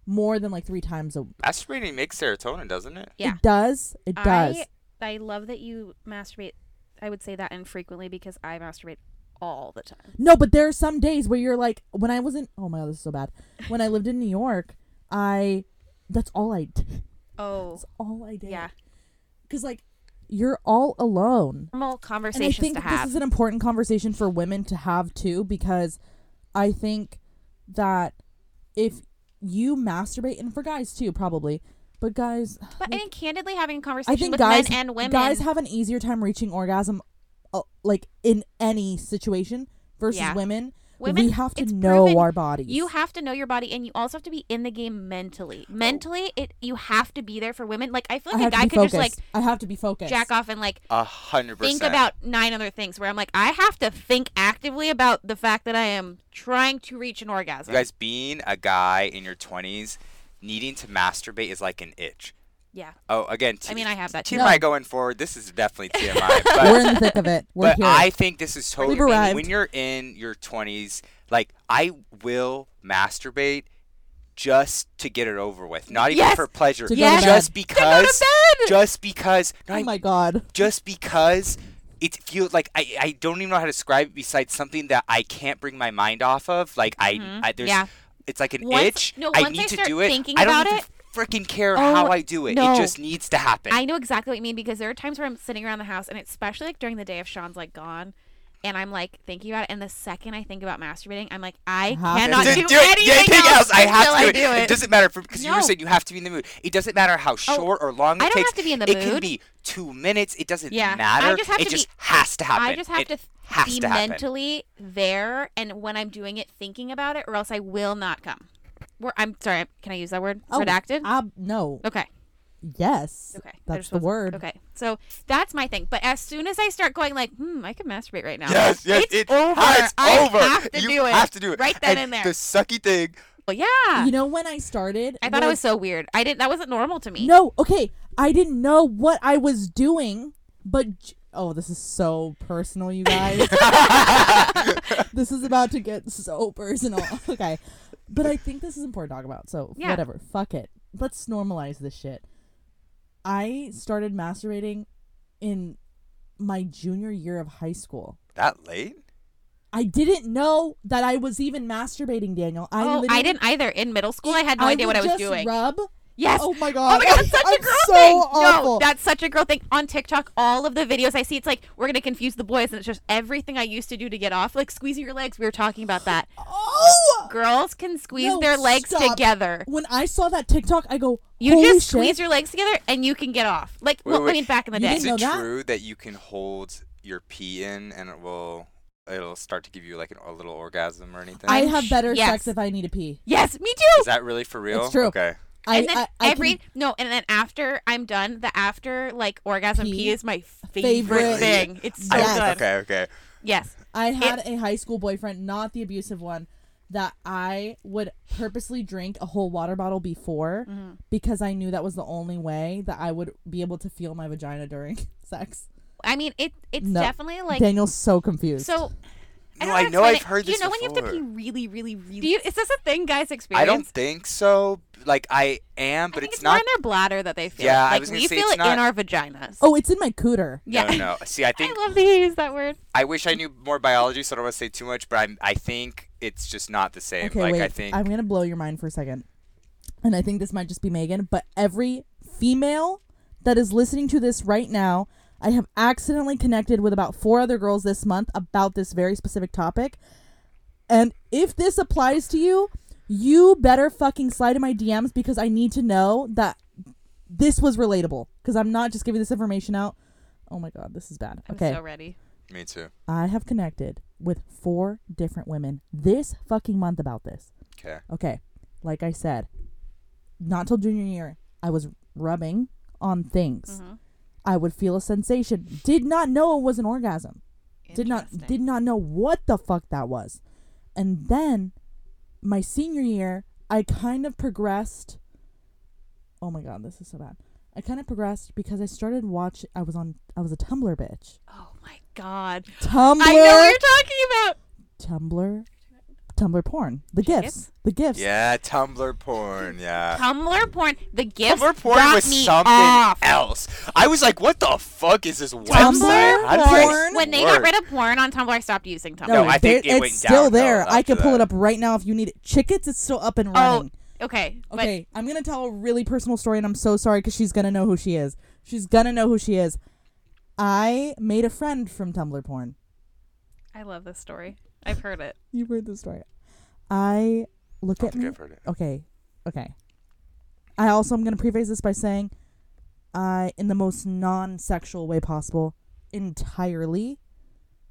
More than like three times a week. Masturbating makes serotonin, doesn't it? Yeah. It does. It does. I I love that you masturbate. I would say that infrequently because I masturbate all the time. No, but there are some days where you're like, when I wasn't. Oh my god, this is so bad. When I lived in New York, I. That's all I. Did. Oh, That's all I did. yeah. Because like, you're all alone. Normal and I conversations think to that have. this is an important conversation for women to have too, because I think that if you masturbate, and for guys too, probably, but guys, but and candidly having a I conversation think with guys men and women. guys have an easier time reaching orgasm, uh, like in any situation, versus Yeah. women. Women, we have to it's know proven our bodies. You have to know your body, and you also have to be in the game mentally. Mentally, it you have to be there for women. Like I feel Oh. I like a have to be guy could just like focused. I have to be focused. jack off and like A hundred percent. think about nine other things. Where I'm like, I have to think actively about the fact that I am trying to reach an You orgasm. guys, being a guy in your 20s, needing to masturbate is like an itch. yeah, Oh, again, t- I mean, I have that too. TMI going forward. This is definitely TMI. but We're in the thick of it. We're but here. I think this is totally We've arrived. when you're in your 20s. Like I will masturbate just to get it over with, not even Yes. for pleasure, To go to just bed. because, bed. just because. No, oh I- my god. just because it feels like I, I don't even know how to describe it besides something that I can't bring my mind off of. Like I, I there's Mm-hmm. Yeah. it's like an Once- itch. no, I once need I to start do it. thinking I don't about even it- freaking care Oh, how I do it. no. It just needs to happen. I know exactly what you mean because there are times where I'm sitting around the house, and especially like during the day if Sean's like gone. And I'm like thinking about it, and the second I think about masturbating, I'm like, I Have to cannot to do, do it, anything, else. I have to until do I it. It doesn't matter because you were No. Oh, saying you have to be in the mood. It doesn't matter how short or long it I don't takes. have to be in the it can mood. be two minutes. It doesn't Yeah, I matter. just have it to just be- has to happen. I just have It to th- has be to happen. mentally there, and when I'm doing it, thinking about it, or else I will not come. We're, I'm sorry. Can I use that word? Oh, Redacted. ab- no. okay. Yes. Okay. I That's just the wasn't- word. Okay. So that's my thing. But as soon as I start going like, hmm, I could masturbate right now. Yes, yes, ah, it's over. It's I over. have to you do it. have to do it right then and and there. The sucky thing. Well, yeah. You know when I started? I thought it was so weird. I didn't. That wasn't normal to me. No, okay. I didn't know what I was doing, but j- oh, this is so personal, you guys. this is about to get so personal. Okay. But I think this is important to talk about. So, Yeah. whatever. Fuck it. Let's normalize this shit. I started masturbating in my junior year of high school. That late? I didn't know that I was even masturbating, Daniel. I oh, I literally- didn't either. In middle school, I had no idea what would I just was doing. Rub. yes. Oh my Oh god. my god, that's such I'm a girl so thing. Awful. No, that's such a girl thing. On TikTok, all of the videos I see, it's like we're gonna confuse the boys, and it's just everything I used to do to get off, like squeezing your legs. We were talking about that. oh. Girls can squeeze No, their legs stop. together. When I saw that TikTok, I go, You Holy just shit. squeeze your legs together, and you can get off. Like, Wait, well, wait. I mean, back in the You day. didn't Is know it that. true that you can hold your pee in and it will it'll start to give you like an, a little orgasm or anything? I I'm have sh- better yes. sex if I need to pee. Yes, me too. Is that really for real? It's true. Okay. I, and then I, I every can, no, and then after I'm done, the after like orgasm Pee. pee, is my favorite, Favorite. thing. It's so Yes. good. Okay. Okay. Yes. I had a high school boyfriend, not the abusive one, that I would purposely drink a whole water bottle before Mm-hmm. because I knew that was the only way that I would be able to feel my vagina during sex. I mean, it it's No. definitely like Daniel's so confused. so. No, don't I how to know explain I've it. heard Do this You know when you have to before. pee really, really, really. Do you, is this a thing guys experience? I don't think so. Like I am, but I think it's, it's, more not. in their bladder that they feel. it. Yeah, I like, was gonna we say feel it's it not- in our vaginas. oh, it's in my cooter. yeah. No, no. See, I think I love that you use that word. I wish I knew more biology, so I don't want to say too much. But I'm, I think it's just not the same. Okay, like wait. I think I'm gonna blow your mind for a second, and I think this might just be Megan, but every female that is listening to this right now, I have accidentally connected with about four other girls this month about this very specific topic. And if this applies to you, you better fucking slide in my DMs because I need to know that this was relatable because I'm not just giving this information out. Oh my god, this is bad. I'm okay. so ready. Me too. I have connected with four different women this fucking month about this. Okay. Okay, like I said, not till junior year, I was rubbing on things. Mhm. I would feel a sensation. Did not know it was an orgasm. Did not Interesting. did not know what the fuck that was. And then my senior year, I kind of progressed. Oh my god, this is so bad. I kind of progressed because I started watch. I was on. I was a Tumblr bitch. Oh my god. Tumblr. I know what you're talking about. Tumblr. Tumblr porn. The Gifs? gifts. The gifts. Yeah, Tumblr porn. Yeah. Tumblr porn. The gifts Tumblr porn got was me something off. else. I was like, what the fuck is this website? Tumblr How does this porn? When they work? got rid of porn on Tumblr, I stopped using Tumblr. No, I there- think it it's went still down, though, there. I could after pull it that. up right now if you need it. Chickets, it's still up and oh, running. okay. But okay, I'm gonna tell a really personal story, and I'm so sorry because she's gonna know who she is. She's gonna know who she is. I made a friend from Tumblr porn. I love this story. I've heard it. You've heard the story. I look I at think me. I've heard it. Okay, okay. I also am gonna preface this by saying, I in the most non-sexual way possible, entirely,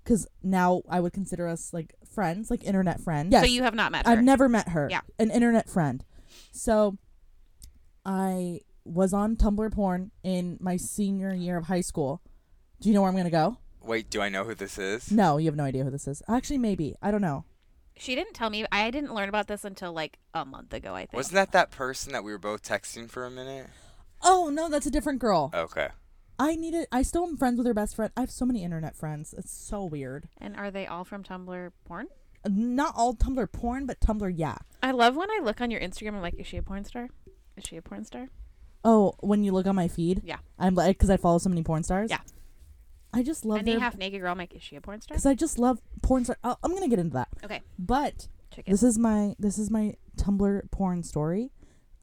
because now I would consider us like friends, like internet friends. Yes. So you have not met her. I've never met her. Yeah. An internet friend. So I was on Tumblr porn in my senior year of high school. Do you know where I'm going to go? Wait, do I know who this is? No, you have no idea who this is. Actually, maybe. I don't know. she didn't tell me. I didn't learn about this until like a month ago, I think. Wasn't that that person that we were both texting for a minute? Oh, no, that's a different girl. Okay. I needed I still am friends with her best friend. I have so many internet friends. It's so weird. and are they all from Tumblr porn? Not all Tumblr porn, but Tumblr yeah. I love when I look on your Instagram. I'm like, is she a porn star? Is she a porn star? Oh, when you look on my feed? Yeah. I'm like cuz I follow so many porn stars. Yeah. I just love Any their half naked girl, I'm like, is she a porn star? cuz I just love porn star. I'll- I'm going to get into that. Okay, But check it. this is my this is my Tumblr porn story.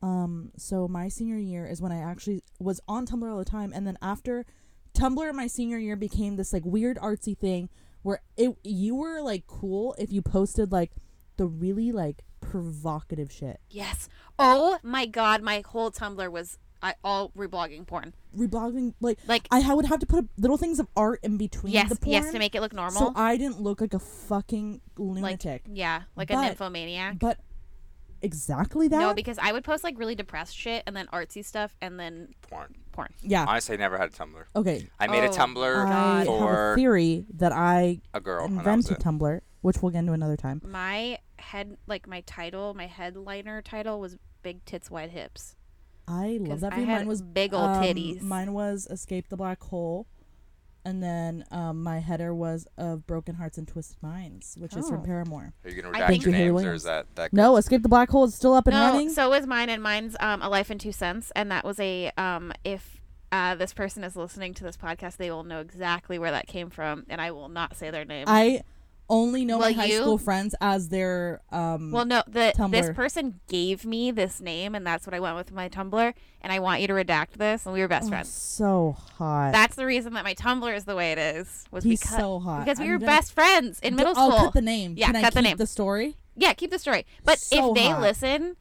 Um, so my senior year is when I actually was on Tumblr all the time, and then after Tumblr, my senior year became this like weird artsy thing where it you were like cool if you posted like the really like provocative shit, Yes. Oh my god, my whole Tumblr was I, all reblogging porn. reblogging like Like I ha- would have to put little things of art in between yes, the porn, yes, to make it look normal. so I didn't look like a fucking like lunatic. yeah, like a But- nymphomaniac. but exactly that. No, because I would post like really depressed shit and then artsy stuff and then Porn. porn. yeah. Honestly, I never had a Tumblr. okay. I made Oh, a Tumblr I have a for theory that I a girl. and that was invented it. Tumblr, which we'll get into another time. My head, like my title, my headliner title was "Big Tits, Wide Hips." I love 'Cause that. I view. had mine was big ol' um, titties. Mine was escape the black hole, and then um, my header was of broken hearts and twisted minds, which is from Oh. Paramore. Are you gonna I redact think- your Thank you, Haley names, or Williams. is that that? No, escape the black hole is still up and no, running. so was mine, and mine's um, "A Life in Two Cents," and that was a um, if uh, this person is listening to this podcast, they will know exactly where that came from, and I will not say their name. I only know my Well, high you- school friends as their um. Well, no, the this Tumblr. person gave me this name, and that's what I went with my Tumblr. And I want you to redact this, and we were best oh, friends. so hot. That's the reason that my Tumblr is the way it is. Was He's because, so hot. because we I'm were gonna- best friends in middle oh, school. cut the name. Yeah, Can I cut the keep name. The story. yeah, keep the story. But So if they hot. listen,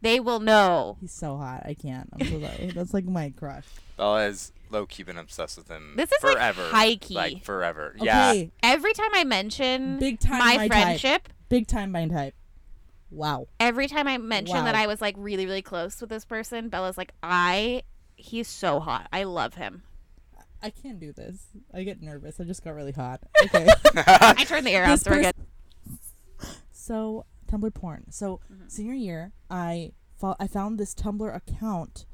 they will know. He's so hot. I can't. I'm so sorry. That's like my crush. Bella's low key been obsessed with him. This is, like, forever. high-key. Like forever. Yeah. Okay. Every time I mention Big time my my, type. friendship, Big time mind type. Wow. every time I mention that Wow. I was like really, really close with this person, Bella's like, I, he's so hot. I love him. I can't do this. I get nervous. I just got really hot. Okay. I turned the air on, This so we're good. so Tumblr porn. So senior year, I fo- I found this Tumblr account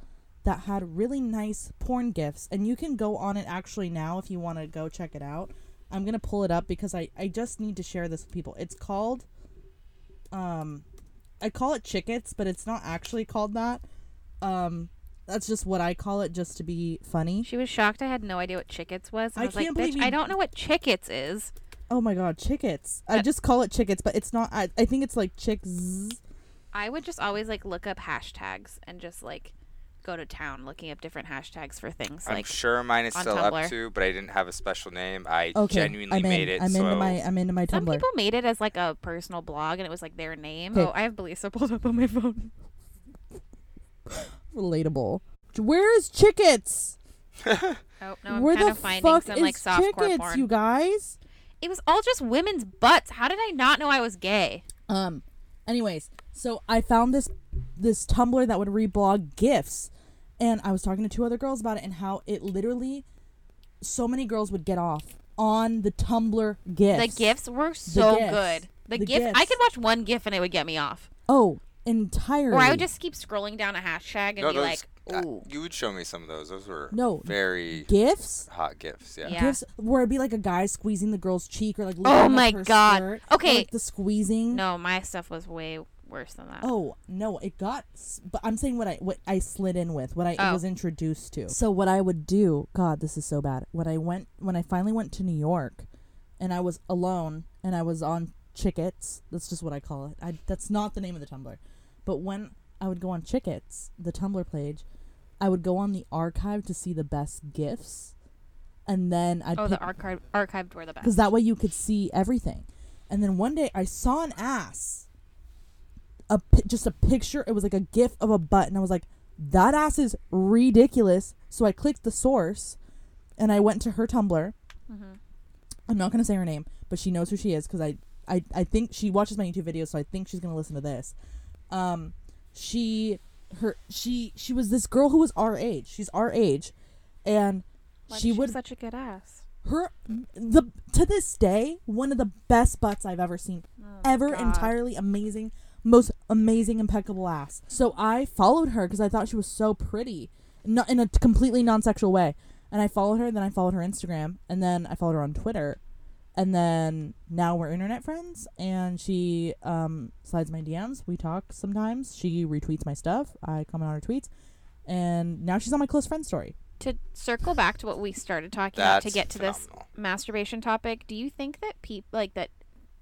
that had really nice porn gifts, and you can go on it actually now if you want to go check it out. I'm gonna pull it up because I I just need to share this with people. It's called, um, I call it chickets, but it's not actually called that. Um, that's just what I call it, just to be funny. She was shocked. I had no idea what chickets was. And I I was like, can't bitch, believe you- I don't know what chickets is. Oh my god, chickets! I just call it chickets, but it's not. I, I think it's like chicks. I would just always like look up hashtags and just like go to town looking up different hashtags for things. I'm like sure mine is on still Tumblr. up to, but I didn't have a special name. I Okay, genuinely I'm in. made it. I'm so into my I'm into my some Tumblr. people made it as like a personal blog, and it was like their name. Okay. Oh, I have Belisa pulled up on my phone. Relatable. Where is Chickets? Oh no, I'm Where kind the of finding fuck some is like softcore Chickets, porn. you guys? It was all just women's butts. How did I not know I was gay? Um. Anyways, so I found this this Tumblr that would reblog gifs, and I was talking to two other girls about it and how it literally, so many girls would get off on the Tumblr gifs. The gifts were so gifs. good. The, The gif I gifs. could watch one gif and it would get me off. Oh, entirely. Or I would just keep scrolling down a hashtag and No, be those- like, uh, ooh. you would show me some of those. Those were No, very gifs. hot gifts. Yeah. Yeah. Gifts where it'd be like a guy squeezing the girl's cheek or like lifting Oh up my her God. skirt, Okay. or, like the squeezing. No, my stuff was way worse than that. Oh no, it got. s- But I'm saying what I what I slid in with, what I Oh. was introduced to. So what I would do, God, this is so bad. When I went, when I finally went to New York, and I was alone, and I was on Chickets. That's just what I call it. I, that's not the name of the Tumblr, but when I would go on Chickets, the Tumblr page, I would go on the archive to see the best gifts, and then I'd Oh, pick the archive archived were the best. because that way you could see everything. And then one day I saw an ass, a pi- just a picture. It was like a gif of a butt, and I was like, "That ass is ridiculous." So I clicked the source, and I went to her Tumblr. Mm-hmm. I'm not gonna say her name, but she knows who she is because I, I, I think she watches my YouTube videos, so I think she's gonna listen to this. Um, she, her, she, she was this girl who was our age. She's our age, and Why did she would have such a good ass. her the to this day one of the best butts I've ever seen ever Oh, God. entirely amazing most amazing impeccable ass so I followed her because I thought she was so pretty not in a completely non-sexual way and I followed her then I followed her Instagram and then I followed her on Twitter and then now we're internet friends and she um slides my DMs we talk sometimes she retweets my stuff I comment on her tweets and now she's on my close friend story To circle back to what we started talking about That's to get to this phenomenal. masturbation topic, do you think that peop like that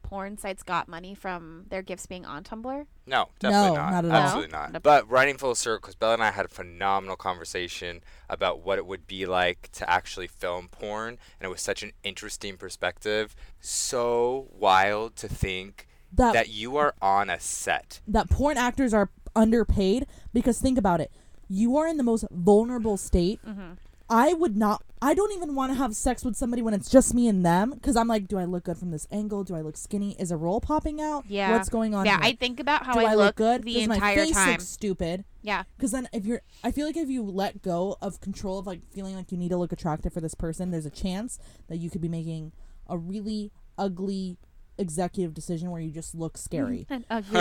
porn sites got money from their gifts being on Tumblr? No, definitely No, not. not at all. Absolutely No? not. Nope. But running full circle, because Bella and I had a phenomenal conversation about what it would be like to actually film porn, and it was such an interesting perspective. So wild to think that that you are on a set. that porn actors are underpaid because think about it you are in the most vulnerable state Mm-hmm. i would not i don't even want to have sex with somebody when it's just me and them because i'm like do i look good from this angle do i look skinny is a roll popping out Yeah. what's going on Yeah, here? I think about how do I, look, good the Does my entire face time. look stupid Yeah. because then if you're i feel like if you let go of control of like feeling like you need to look attractive for this person there's a chance that you could be making a really ugly executive decision where you just look scary An ugly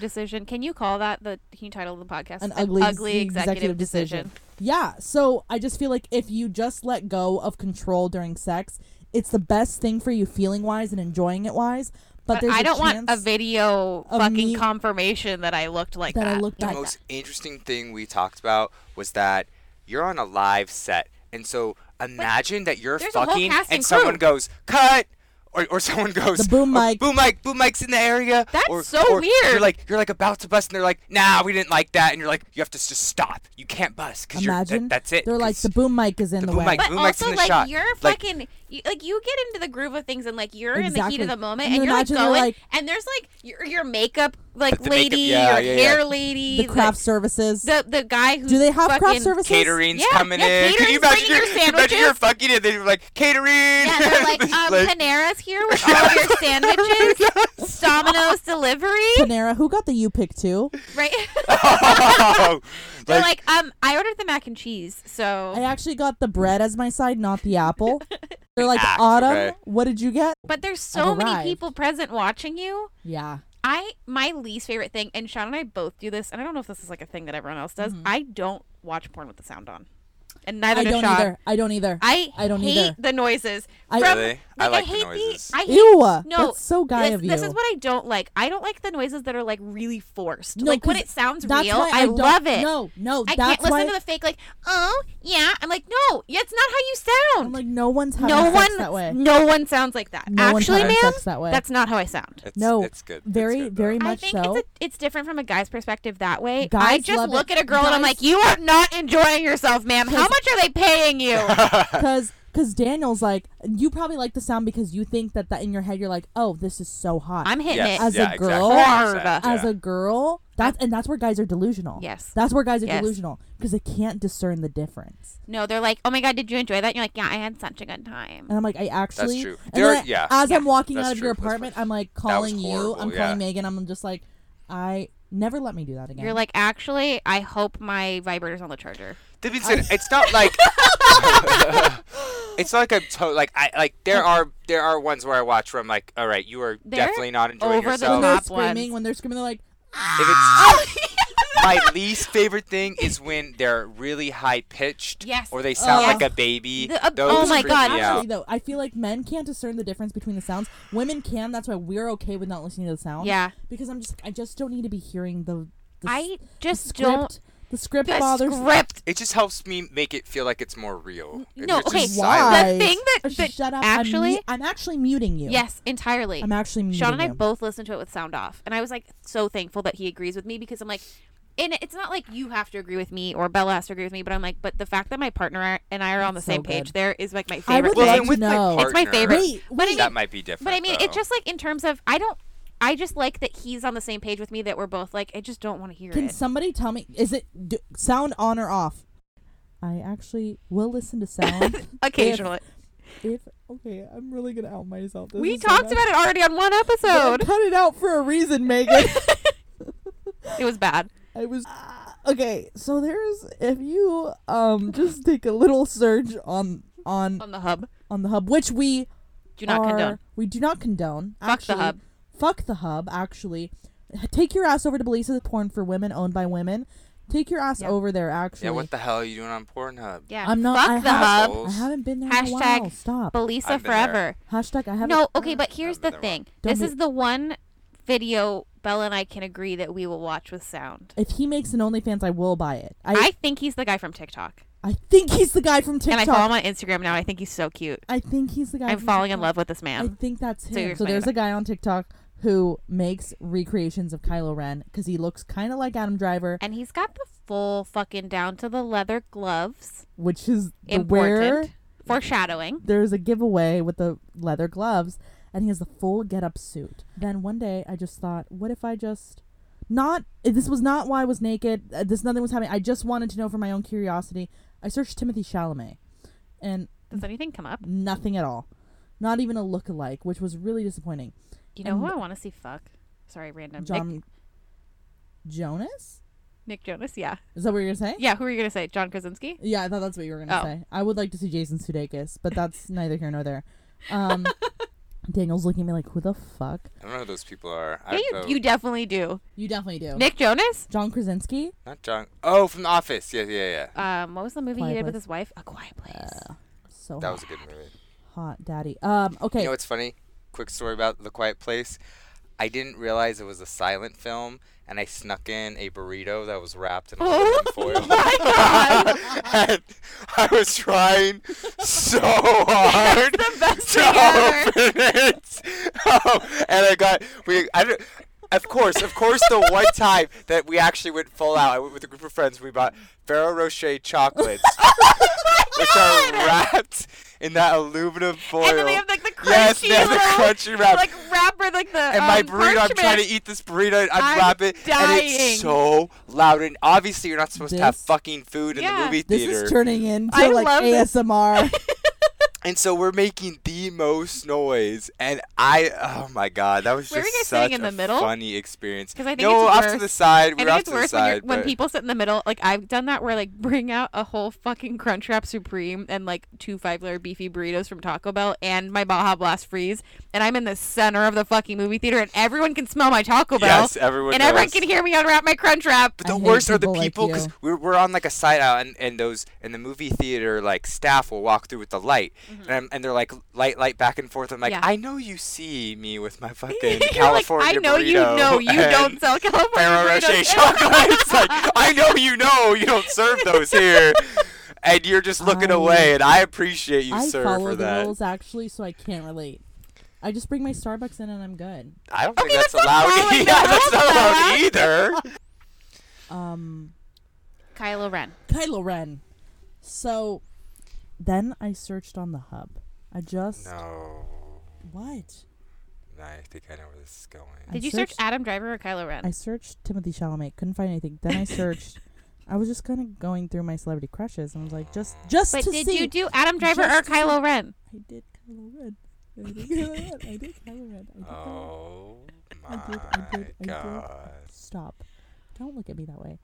decision. Can you call that the can you title the podcast? an ugly, executive, Yeah, so I just feel like if you just let go of control during sex, it's the best thing for you feeling wise and enjoying it wise. But, But there's I a don't want a chance video of fucking me- confirmation that I looked like that that. I look the back. most interesting thing we talked about was that you're on a live set, and so imagine that you're there's a whole fucking cast and and someone crew. goes cut, or, or someone goes The boom "Oh, mic." boom mic, boom mic's in the area. That's or- so or You're weird. like you're like about to bust, and they're like, nah, we didn't like that, and you're like, you have to just stop. You can't bust because Imagine that's it. They're like 'cause the boom mic is in the the, boom way. mic- but Who makes also in the like shot? you're Like- fucking you, like you get into the groove of things and like you're in the heat Exactly. of the moment And and, you you're like imagine you're, going like- and there's like your your makeup like The makeup- lady, yeah, your yeah, yeah. hair lady, the craft like, services. the the guy who Do they have fucking, craft services? Catering's Yeah, coming yeah, in. Can you catering's imagine bringing you're, your can you imagine you're sandwiches? fucking and then you're like catering. Yeah, they're like, um, Like- Panera's here with all of your sandwiches, Domino's delivery, Panera, who got the you pick too? right? they're Like- like, um, I ordered the mac and cheese, I so. actually got the bread as my side, not the apple. They're like, Act, Autumn, Ah, okay. what did you get? But there's so many arrived. people present watching you. Yeah. I my least favorite thing, and Sean and I both do this, and I don't know if this is like a thing that everyone else does. I don't watch porn with the sound on, and neither Mm-hmm. I does don't Sean. either. I don't either. I I don't hate either. the noises I- from Really? I Like, like hate the noises. The, I hate Ew. No, That's so guy this, of you. this is what I don't like. I don't like the noises that are like really forced. No, like when 'cause it sounds that's real, why I, don't- love it. No, no, I that's can't listen why to the fake like, oh yeah. I'm like, no, yeah, it's not how you sound. I'm like no one's having no sex one, that way. no one sounds like that. No one's Actually, having ma'am, sex that way. that's not how I sound. It's, No, it's good. It's very, good, though. very much- I think so. it's a, it's different from a guy's perspective that way. I Guys just love look it. at a girl and I'm Guys- like, you are not enjoying yourself, ma'am. How much are they paying you? because because Daniel's like you probably like the sound because you think that that in your head you're like oh this is so hot. I'm hitting Yes, it. As a yeah, exactly. girl, That's it, Hard. as yeah. a girl that's and that's where guys are delusional Yes. that's where guys are Yes. delusional because they can't discern the difference No, they're like, oh my god, did you enjoy that? And you're like, yeah, I had such a good time. and i'm like i actually true. and There- then I- yeah. as i'm walking That's out of your true. That's apartment fine. i'm like was calling you horrible, i'm yeah. calling megan i'm just like i never let me do that again You're like, actually, I hope my vibrator's on the charger. Davidson, it's not like it's not like I'm to- like I like there are there are ones where I watch where I'm like, all right, you are They're definitely not enjoying over the when yourself. they're top screaming ones. when they're screaming they're like If it's my least favorite thing is when they're really high pitched Yes. or they sound Yes. like a baby. The- uh, Those oh my freak God. me out. actually though i feel like men can't discern the difference between the sounds women can that's why we're okay with not listening to the sound Yeah. because i'm just i just don't need to be hearing the, the s- I just script don't. the script The bothers script. It just helps me make it feel like it's more real. If No, it's okay. just Why? silent- The thing that, that shut up I'm actually, mu- I'm, actually muting you yes, entirely. i'm actually muting Sean and I you. both listened to it with sound off, and I was like so thankful that he agrees with me because I'm like, and it's not like you have to agree with me or Bella has to agree with me, but I'm like, but the fact that my partner and I are on the That's so same page good. there is like my I favorite. would Well, thing. love then with my No. partner, It's my favorite. Wait, But I wait. mean- that might be different. But I mean, though. it's just like in terms of I don't. I just like that he's on the same page with me. That we're both like I just don't want to hear Can it. somebody tell me is it do, sound on or off? I actually will listen to sound Occasionally, if okay. I'm really gonna out myself. This we is so talked bad. about it already on one But I episode. Cut it out for a reason, Megan. it was bad. I was okay. So there's if you um just take a little search on on on the hub. on the hub, which we Do not are- condone. We do not condone. Fuck actually, the hub. Fuck the hub. Actually, take your ass over to Belisa's porn for women owned by women. Take your ass Yeah. over there. Actually, yeah. What the hell are you doing on Pornhub? Yeah. I'm not- Fuck I the have- hub. I haven't been there in a Hashtag while. Stop. Belisa I've been forever. there. Hashtag I haven't. No, okay, but here's I've the been there thing. Don't This be- is the one video Bella and I can agree that we will watch with sound. If he makes an OnlyFans, I will buy it. I, I think he's the guy from TikTok. I think he's the guy from And I follow him TikTok. on Instagram now. and I think he's so cute. I think he's the guy. I'm from falling in TikTok. love with I this man. think that's So you're him. So, explaining there's that. a guy on TikTok who makes recreations of Kylo Ren because he looks kind of like Adam Driver, And he's got the full fucking down to the leather gloves. which is the where Important. Foreshadowing. there's a giveaway with the leather gloves, and he has the full get-up suit. Then one day, I just thought, what if I just not? This was not why I was naked. uh, This nothing was happening. I just wanted to know for my own curiosity. I searched Timothy Chalamet, and Does anything come up? nothing at all. Not even a look-alike, which was really disappointing. You know who And- I want to see fuck? Sorry, random. John Nick, Jonas? Nick Jonas, yeah. Is that what you're gonna say? Yeah, who are you going to say? John Krasinski? Yeah, I thought that's what you were gonna Oh. say. I would like to see Jason Sudeikis, but that's neither here nor there. Um, Daniel's looking at me like, "Who the fuck?" I don't know who those people are. I oh, Yeah, you, vote- you definitely do. You definitely do. Nick Jonas? John Krasinski. Not John. Oh, from The Office. Yeah, yeah, yeah. Um, what was the movie he Quiet did with Place. Uh. his wife? A Quiet Place. So That hot, was a good movie. hot daddy. Um, okay. You know what's funny? Quick story about The Quiet Place. I didn't realize it was a silent film, and I snuck in a burrito that was wrapped in aluminum foil. Oh my god! and I was trying so hard the best to thing ever. open it. Oh, and I got we. I don't, of course, of course, the one time that we actually went full out, I went with a group of friends. We bought Ferrero Rocher chocolates, Oh which are wrapped in that aluminum foil. And then they have like the crunchy Yes, they have the little, crunchy wrap. like wrapper, like the and um, my burrito, I'm trying to parchment. eat this burrito, and I'm unwrap it, and dying. it's so loud. And obviously, you're not supposed to have This- fucking food in Yeah. the movie this theater. is turning into I like love this. ASMR. And so we're making the most noise, and I, oh my god, that was Were you just guys such sitting in a the middle? funny experience. 'Cause I think no, it's off to worse. the side. I We were think off it's to the worse when, you're, side. when but- people sit in the middle. Like I've done that where like bring out a whole fucking Crunchwrap Supreme and like two five layer beefy burritos from Taco Bell and my Baja Blast freeze, and I'm in the center of the fucking movie theater, and everyone can smell my Taco Bell, yes, everyone. and everyone knows. can hear me unwrap my Crunchwrap. But I the hate worst are the people like people because you. we're, we're on like a side aisle, and, and those and the movie theater like staff will walk through with the light, and, I'm, and they're like light, light back and forth. I'm like, Mm-hmm. Yeah. I know you see me with my You're fucking like, California I know you burrito know you and don't sell California Ferrero Rocher burritos. chocolate. It's like I know you know you don't serve those here, and you're just looking I- away. And I appreciate you, I sir, follow for the that. rules actually, so I can't relate. I just bring my Starbucks in and I'm good. I don't think Okay, that's that's not allowed. following Yeah, the that's rules, not allowed Matt. either. Um, Kylo Ren. Kylo Ren. So, then I searched on the hub. I just No, what? I think I know where this is going. I Did you search searched- Adam Driver or Kylo Ren? I searched Timothy Chalamet. Couldn't find anything. Then I searched. I was just kind of going through my celebrity crushes and was like, just, just but to did see. you do Adam Driver Just or to see. Kylo Ren? I did Kylo Ren. I did Kylo Ren. I did Kylo Ren. I did Kylo Ren. Oh I my did, I did, I did. god! Stop. Don't look at me that way.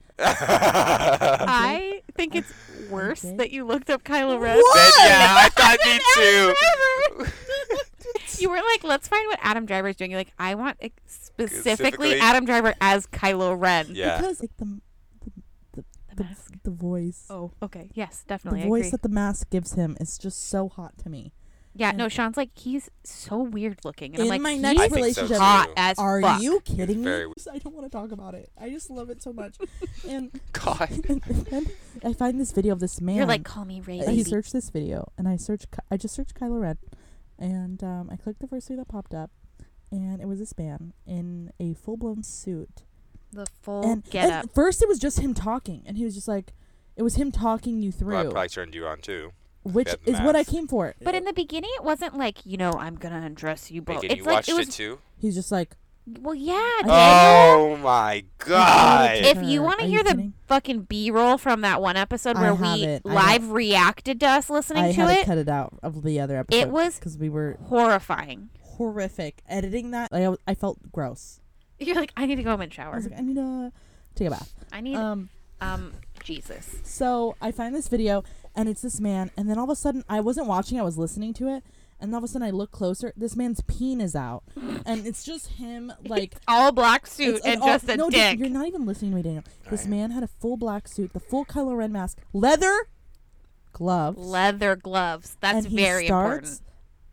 I think it's worse Okay. that you looked up Kylo Ren. What? Then, yeah, I thought me too. Adam Driver. you were like, let's find what Adam Driver's doing. You're like, I want ex- specifically Specifically- Adam Driver as Kylo Ren. Yeah. Because like the The the, mask. the voice, Oh, okay. Yes, the definitely. I voice agree. that the mask gives him is just so hot to me. yeah, no, yeah. Sean's like, he's so weird looking. And In I'm my like, next I he's think so relationship, too. hot as are fuck. you kidding me? very weird. I don't want to talk about it. I just love it so much. and, God. and then I find this video of this man. You're like, call me Ray. he baby." searched this video, and I searched. Ky- I just searched Kylo Ren, and um, I clicked the first thing that popped up, and it was this man in a full blown suit. the full and get and up. first, it was just him talking, and he was just like, it was him talking you through, Well, I probably turned you on too. which had the is what I mask. came for. But in the beginning, it wasn't like, you know, I'm going to undress you both. Megan, It's you like, watched it it, was, too. He's just like, well, yeah, I- Daniel. Oh my god! It- if you Sure. want Are to you hear the kidding? fucking B-roll from that one episode I where have we it. I have- live reacted to us listening I to had to it, cut it out of the other episode. it was because we were horrifying. horrific editing that. Like, I, was- I felt gross. You're like, I need to go home and I shower. was like, I need to take a bath. I need um, Um, Jesus. So I find this video, and it's this man, and then all of a sudden, I wasn't watching, I was listening to it, and all of a sudden, I look closer. This man's peen is out, and it's just him, like. All black suit it's an and all- just a no, dick. You're not even listening to me, Daniel. This am. man had a full black suit, the full Kylo Ren mask, leather gloves. Leather gloves. That's and he very starts, important.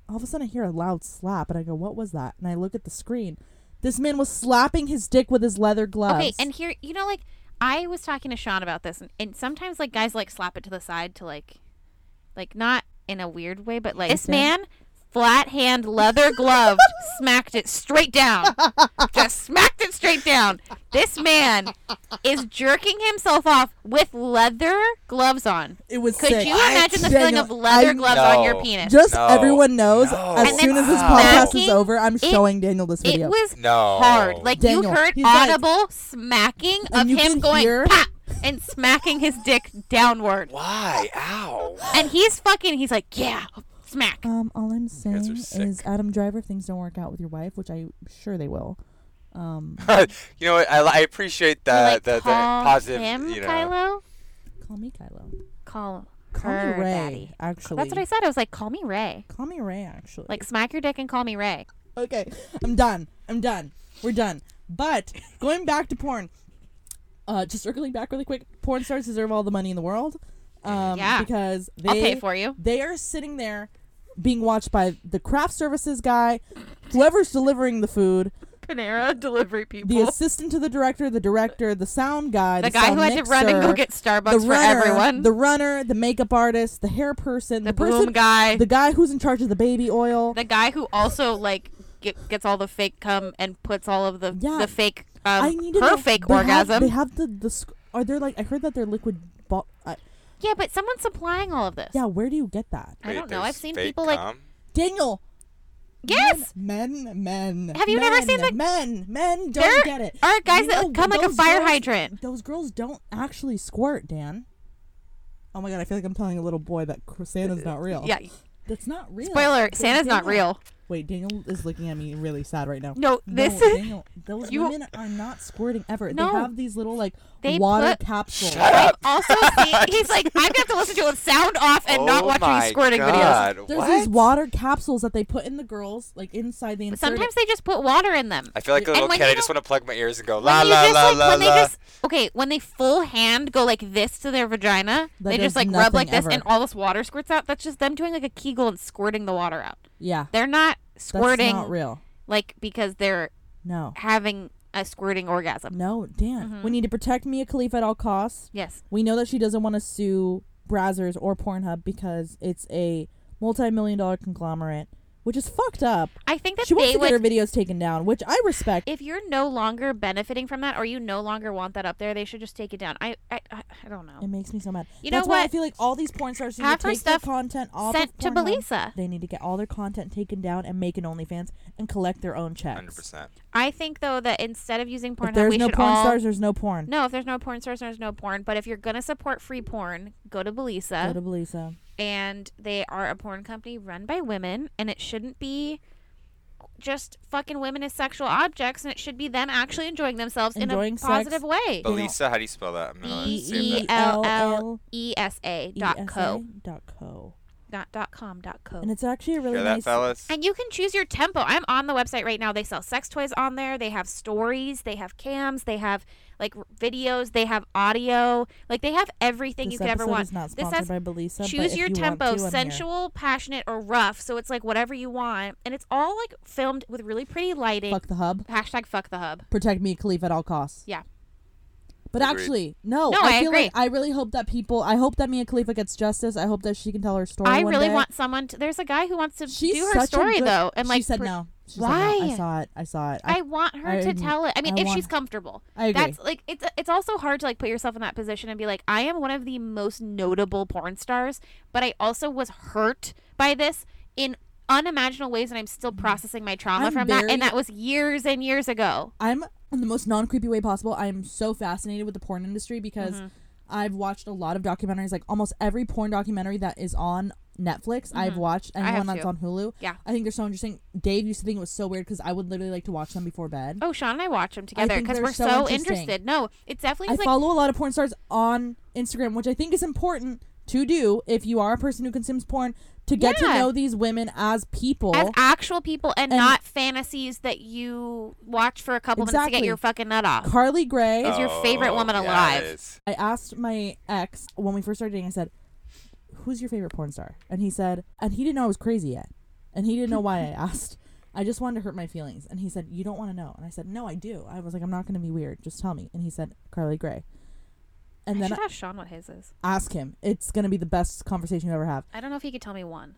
All of a sudden, I hear a loud slap, and I go, "What was that?" And I look at the screen. This man was slapping his dick with his leather gloves. Okay, and here, you know, like I was talking to Sean about this, and, and sometimes like guys like slap it to the side to like, like not in a weird way, but like this man, flat hand, leather gloved, smacked it straight down. Just smacked it straight down. This man is jerking himself off with leather gloves on. it was. Could sick. you imagine the feeling Daniel, of leather I'm- gloves on your No. penis? Just No. everyone knows. No. As And soon then as this Wow. podcast is smacking, over, I'm it- showing Daniel this video. It was No. hard. Like you Oh. Daniel, heard he's like- audible smacking of And you him can going hear- pop and smacking his dick downward. why? uh, Ow! And he's fucking he's like, Yeah, Uh, smack. um, all I'm are saying is sick. Adam Driver, if things don't work out with your wife, which I'm sure they will. Um, you know what? I, I appreciate You're that. like, that the call positive. him, you know. Kylo. call me Kylo. Call Call her me Ray. daddy. Actually, That's what I said. I was like, Call me Ray. Call me Ray. Actually, Like smack your dick and call me Ray. okay, I'm done. I'm done. We're done. But going back to porn, uh, just circling back really quick, porn stars deserve all the money in the world. Um, Yeah. because they I'll pay for you. they are sitting there being watched by the craft services guy, whoever's delivering the food, Panera delivery people. the assistant to the director, the director, the sound guy, the guy sound who had to run and go mixer, get the Starbucks for runner, everyone. the runner, the makeup artist, the hair person, the the, boom person, guy. the guy who's in charge of the baby oil. the guy who also like get, gets all the fake cum and puts all of the Yeah. the fake I um, need to her know- fake they orgasm. Have, they have the the sc- are there like I heard that they're liquid. Ball, uh, yeah, but someone's supplying all of this. yeah, where do you get that, I Wait, don't know. there's I've seen fake people like cum? Daniel? yes. Men, men. Have you never men, seen the- men? Men don't There get it. are guys that come like a those fire girls- hydrant. Those girls don't actually squirt, Dan. Oh my god, I feel like I'm telling a little boy that cr- Santa's not real. Yeah. that's not real. Spoiler: But Santa's not Daniel, real. Wait, Daniel is looking at me really sad right now. No, this no, is Daniel, those You- women are not squirting ever. No. They have these little like They water put- capsules. Shut I've up. also seen. He's like, I'm gonna have to listen to it with sound off and not Oh watch my any squirting videos. God, There's what? these water capsules that they put in the girls, like inside the. But sometimes they just put water in them. I feel like a And little when kid. you I just don't- want to plug my ears and go la When you la just, la like, la when they la. just- okay, when they full hand go like this to their vagina, That they just does like rub nothing like this, ever. and all this water squirts out. That's just them doing like a Kegel and squirting the water out. yeah, They're not that's squirting not real. like because they're No, having a squirting orgasm. no, Dan. Mm-hmm. We need to protect Mia Khalifa at all costs. Yes. We know that she doesn't want to sue Brazzers or Pornhub because it's a multi-million dollar conglomerate, which is fucked up. I think that She wants they to get would her videos taken down, which I respect. if you're no longer benefiting from that or you no longer want that up there, they should just take it down. I I, I I don't know. It makes me so mad. You That's know why I what? feel like all these porn stars need Half to our take their stuff content off sent of to Pornhub. Belisa. They need to get all their content taken down and make an OnlyFans and collect their own checks. Hundred percent. I think though that instead of using If Pornhub, there's we no should porn all stars, there's no porn. no. If there's no porn stars, there's no porn. But if you're gonna support free porn, go to Belisa, Go to Belisa. and they are a porn company run by women, and it shouldn't be just fucking women as sexual objects, and it should be them actually enjoying themselves Enjoying in a sex. positive way. know- Belisa, how do you spell that? I'm gonna B save E that. L L E S A dot co ESA Dot co. dot dot com dot co. And it's actually a really Hear that, nice. fellas? And you can choose your tempo. I'm on the website right now. They sell sex toys on there. They have stories. They have cams. They have like r- videos. They have audio. Like they have everything This you could ever episode want. is not this sponsored has by Belisa. but choose if your you want tempo, to, I'm here. sensual, passionate, or rough. So it's like whatever you want, and it's all like filmed with really pretty lighting. Fuck the hub. Hashtag fuck the hub. Protect me, Khalif, at all costs. Yeah. But Agreed. actually, no. No, I, I feel agree. like I really hope that people. I hope that Mia Khalifa gets justice. I hope that she can tell her story. I one really day. want someone. To, there's a guy who wants to She's do her such a story good- though, and like she said pr- no. She said no. Why? I saw it. I saw it. I, I want her I to didn't- tell it. I mean, I if want- she's comfortable. I agree. That's like it's it's also hard to like put yourself in that position and be like, I am one of the most notable porn stars, but I also was hurt by this in unimaginable ways, and I'm still processing my trauma Mm. I'm from that, very- and that was years and years ago. I'm in the most non creepy way possible. I am so fascinated with the porn industry because Mm-hmm. I've watched a lot of documentaries, like almost every porn documentary that is on Netflix. I've watched and Mm-hmm. I have one that's too. on Hulu. Yeah. I think they're so interesting. Dave used to think it was so weird because I would literally like to watch them before bed. Oh, Sean and I watch them together think because they're we're so so, interesting. interested. No, it's definitely I like follow a lot of porn stars on Instagram, which I think is important to do if you are a person who consumes porn to get to Yeah. know these women as people. as actual people and, And- not fantasies that you watch for a couple minutes to Exactly. get your fucking nut off. Carly Gray. is your favorite Oh, woman yeah, it alive? is. I asked my ex when we first started dating, I said, Who's your favorite porn star? And he said, And he didn't know I was crazy yet. And he didn't know why I asked. I just wanted to hurt my feelings. And he said, You don't want to know. And I said, No, I do. I was like, I'm not going to be weird. Just tell me. And he said, Carly Gray. And I then should ask Sean what his is. I ask him. It's going to be the best conversation you ever have. I don't know if he could tell me one.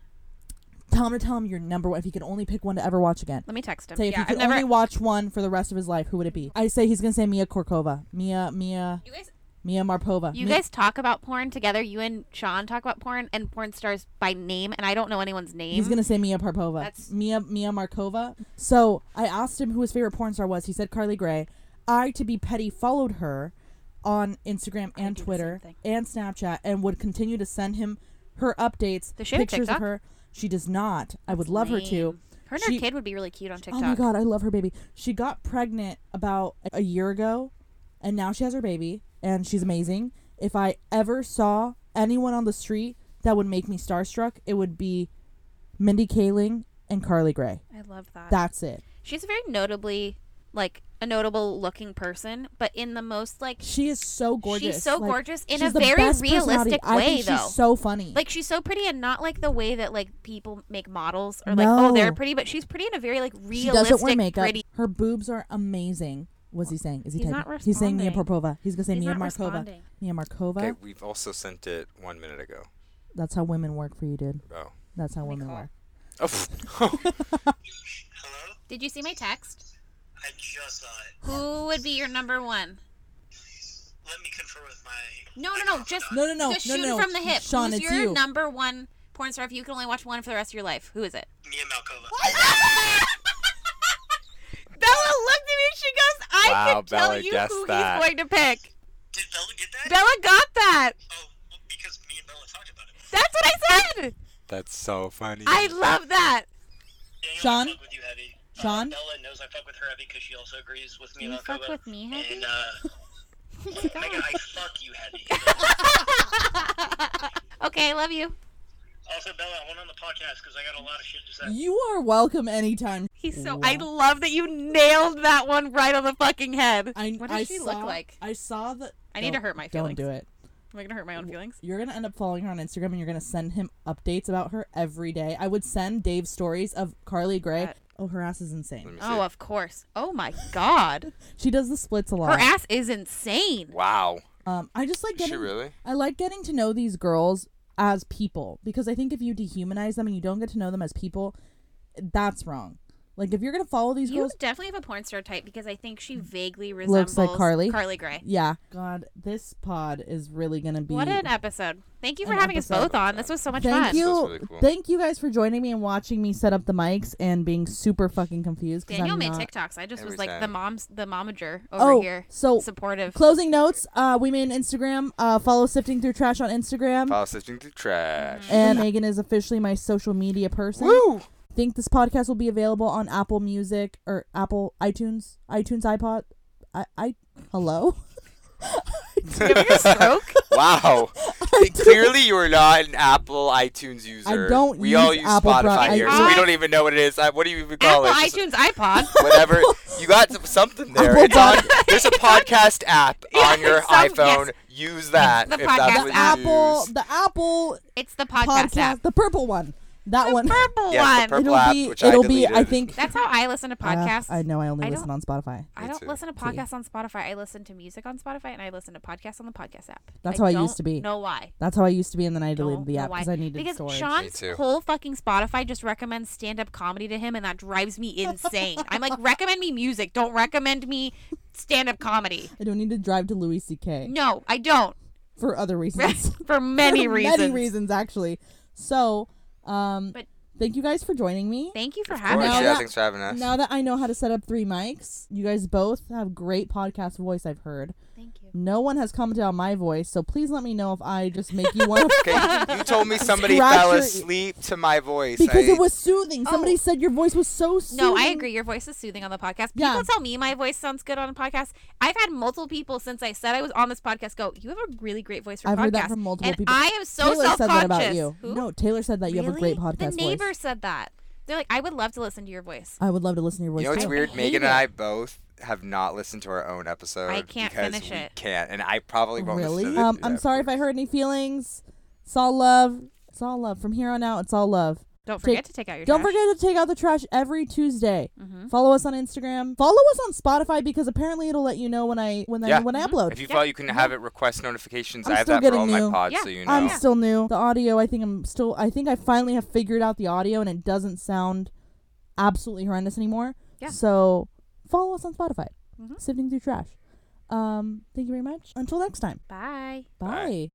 Tell him to tell him your number one. If he could only pick one to ever watch again. Let me text him. Say if Um, yeah, he I've could never. only watch one for the rest of his life, who would it be? I say he's going to say Mia Korkova. Mia, Mia, you guys, Mia Marpova. you Mi- guys talk about porn together. You and Sean talk about porn and porn stars by name, and I don't know anyone's name. He's gonna say Mia Parpova. That's- Mia Mia Markova. So I asked him who his favorite porn star was. He said Carly Gray. I, to be petty, followed her on Instagram I do and the same Twitter thing. and Snapchat, and would continue to send him her updates, Does she have a pictures TikTok? of her. She does not. I would love her to. Lame. Her and She- her kid would be really cute on TikTok. Oh my god, I love her baby. She got pregnant about a- a year ago, and now she has her baby, and she's amazing. If I ever saw anyone on the street that would make me starstruck, it would be Mindy Kaling and Carly Gray. I love that. That's it. She's very notably like a notable looking person, but in the most like She is so gorgeous. She's so gorgeous in she's a the very best personality. realistic I way, think though. She's so funny. like she's so pretty and not like the way that like people make models or like oh No. they're pretty, but she's pretty in a very like realistic she doesn't wear makeup. pretty. Her boobs are amazing. What's he saying? Is he He's typing? not He's saying Mia responding. Popova. He's gonna say He's Mia not Markova. responding. Mia Markova. Okay, we've also sent it one minute ago. That's how women work for you, dude. Oh. That's how women call. work. Oh. Hello? Did you see my text? I just saw it. Who would be your number one? Let me confer with my. No, no, no. Just No, no, no, Just no, shooting no. from the hip. Sean, Who's it's your you. number one porn star if you could only watch one for the rest of your life? Who is it? Mia Malkova. Bella looked at me. She goes, "I Wow, can Bella tell you guessed who that. he's going to pick." Did Bella get that? Bella got that. oh, well, because me and Bella talked about it. That's what I said. That's so funny. I love that. Daniel, Sean? I fuck with you heavy. Uh, Sean? Bella knows I fuck with her heavy because she also agrees with me You about fuck Kova. with me, heavy. Oh And, uh, Megan, I fuck you heavy. okay, love you. also, Bella, I want on the podcast because I got a lot of shit to say. You are welcome anytime. He's so. Wow. I love that you nailed that one right on the fucking head. I, what does I she saw, look like? I saw the. I need to Don't- hurt my Don't feelings. do it. Am I gonna hurt my own feelings? You're gonna end up following her on Instagram, and you're gonna send him updates about her every day. I would send Dave stories of Carly Gray. That- Oh, her ass is insane. Let me see. Oh, of course. Oh my god, She does the splits a her lot. ass is insane. Wow. um, I just like Is she getting. really? I like getting to know these girls as people because I think if you dehumanize them and you don't get to know them as people, that's wrong. Like if you're gonna follow these You girls, definitely have a porn star type because I think she vaguely resembles Looks like Carly. Carly Gray. yeah. God, this pod is really gonna be. What an episode! Thank you for An having us episode. both on. This was so much Thank fun. you, That's really cool. thank you guys for joining me and watching me set up the mics and being super fucking confused. 'cause Daniel I'm made not... TikToks. I just Every was like the time. mom's the momager over Oh, here. so- supportive. Closing notes. Uh, we made an Instagram. Uh, follow sifting through trash on Instagram. Follow sifting through trash. And Megan is officially my social media person. Woo! think this podcast will be available on Apple Music or Apple iTunes, iTunes iPod. I, I hello. Did you have a stroke? Wow. Clearly, you are not an Apple iTunes user. don't We use all use Apple Spotify product- I here, so don't- we don't even know what it is. I, what do you even call Apple it? Just iTunes iPod. Whatever. You got s- something there. Apple It's on, there's a podcast app Yeah, on your some- iPhone. yes. Use that. The if that's podcast what you app. Apple, use. the Apple It's the podcast, podcast, app. the purple one. That The one. purple Yes, the one. purple it'll app, be. which I it'll be. I deleted. think. That's how I listen to Ah, podcasts. I know. I only I listen don't- on Spotify. I Me don't too. listen to podcasts on Spotify. I listen to music on Spotify, and I listen to podcasts on the podcast app. That's how I don't used to be. Know why? That's how I used to be, and then I deleted Don't the know app why. because I needed because storage. Me Sean's too. whole fucking Spotify just recommends stand-up comedy to him, and that drives me insane. I'm like, recommend me music. Don't recommend me stand-up comedy. I don't need to drive to Louis C.K. No, I don't. for other reasons. For many For reasons. Many reasons, actually. So, um, But- thank you guys for joining me. Thank you for Of having course, Now us. yeah, that- thanks for having us. Now that I know how to set up three mics, you guys both have great podcast voice. I've heard. Thank you. No one has commented on my voice, so please let me know if I just make you want to. Okay, you told me somebody Scratch fell your- asleep to my voice. Because I- it was soothing. Somebody said your voice was so soothing. Oh. No, I agree. Your voice is soothing on the podcast. People Yeah. tell me my voice sounds good on a podcast. I've had multiple people since I said I was on this podcast go, "You have a really great voice for I've podcasts." heard that from multiple and people. I am so Taylor self-conscious. said that about you. Who? No, Taylor said that you have a great Really? podcast The neighbor voice. said that. They're like, "I would love to listen to your voice." I would love to listen to your voice. You know what's too. weird? hate Megan it. and I both have not listened to our own episode. I can't because finish we it. Can't, and I probably won't. listen to Really? the- Um, I'm that sorry if I first. hurt any feelings. It's all love. It's all love. From here on out, it's all love. Don't Take- forget to take out your. Don't trash. Mm-hmm. forget to take out the trash every Tuesday. Follow us on Instagram. Follow us on Spotify because apparently it'll let you know when I when I Yeah. when I upload. If you Yeah. follow, you can have it request notifications. I'm I have still that for all getting my new. pods, Yeah. so you know. I'm Yeah. still new. The audio, I think I'm still. I think I finally have figured out the audio, and it doesn't sound absolutely horrendous anymore. Yeah. Mm-hmm. So follow us on Spotify. Sifting through trash. Um. Thank you very much. Until next time. Bye. Bye. Bye.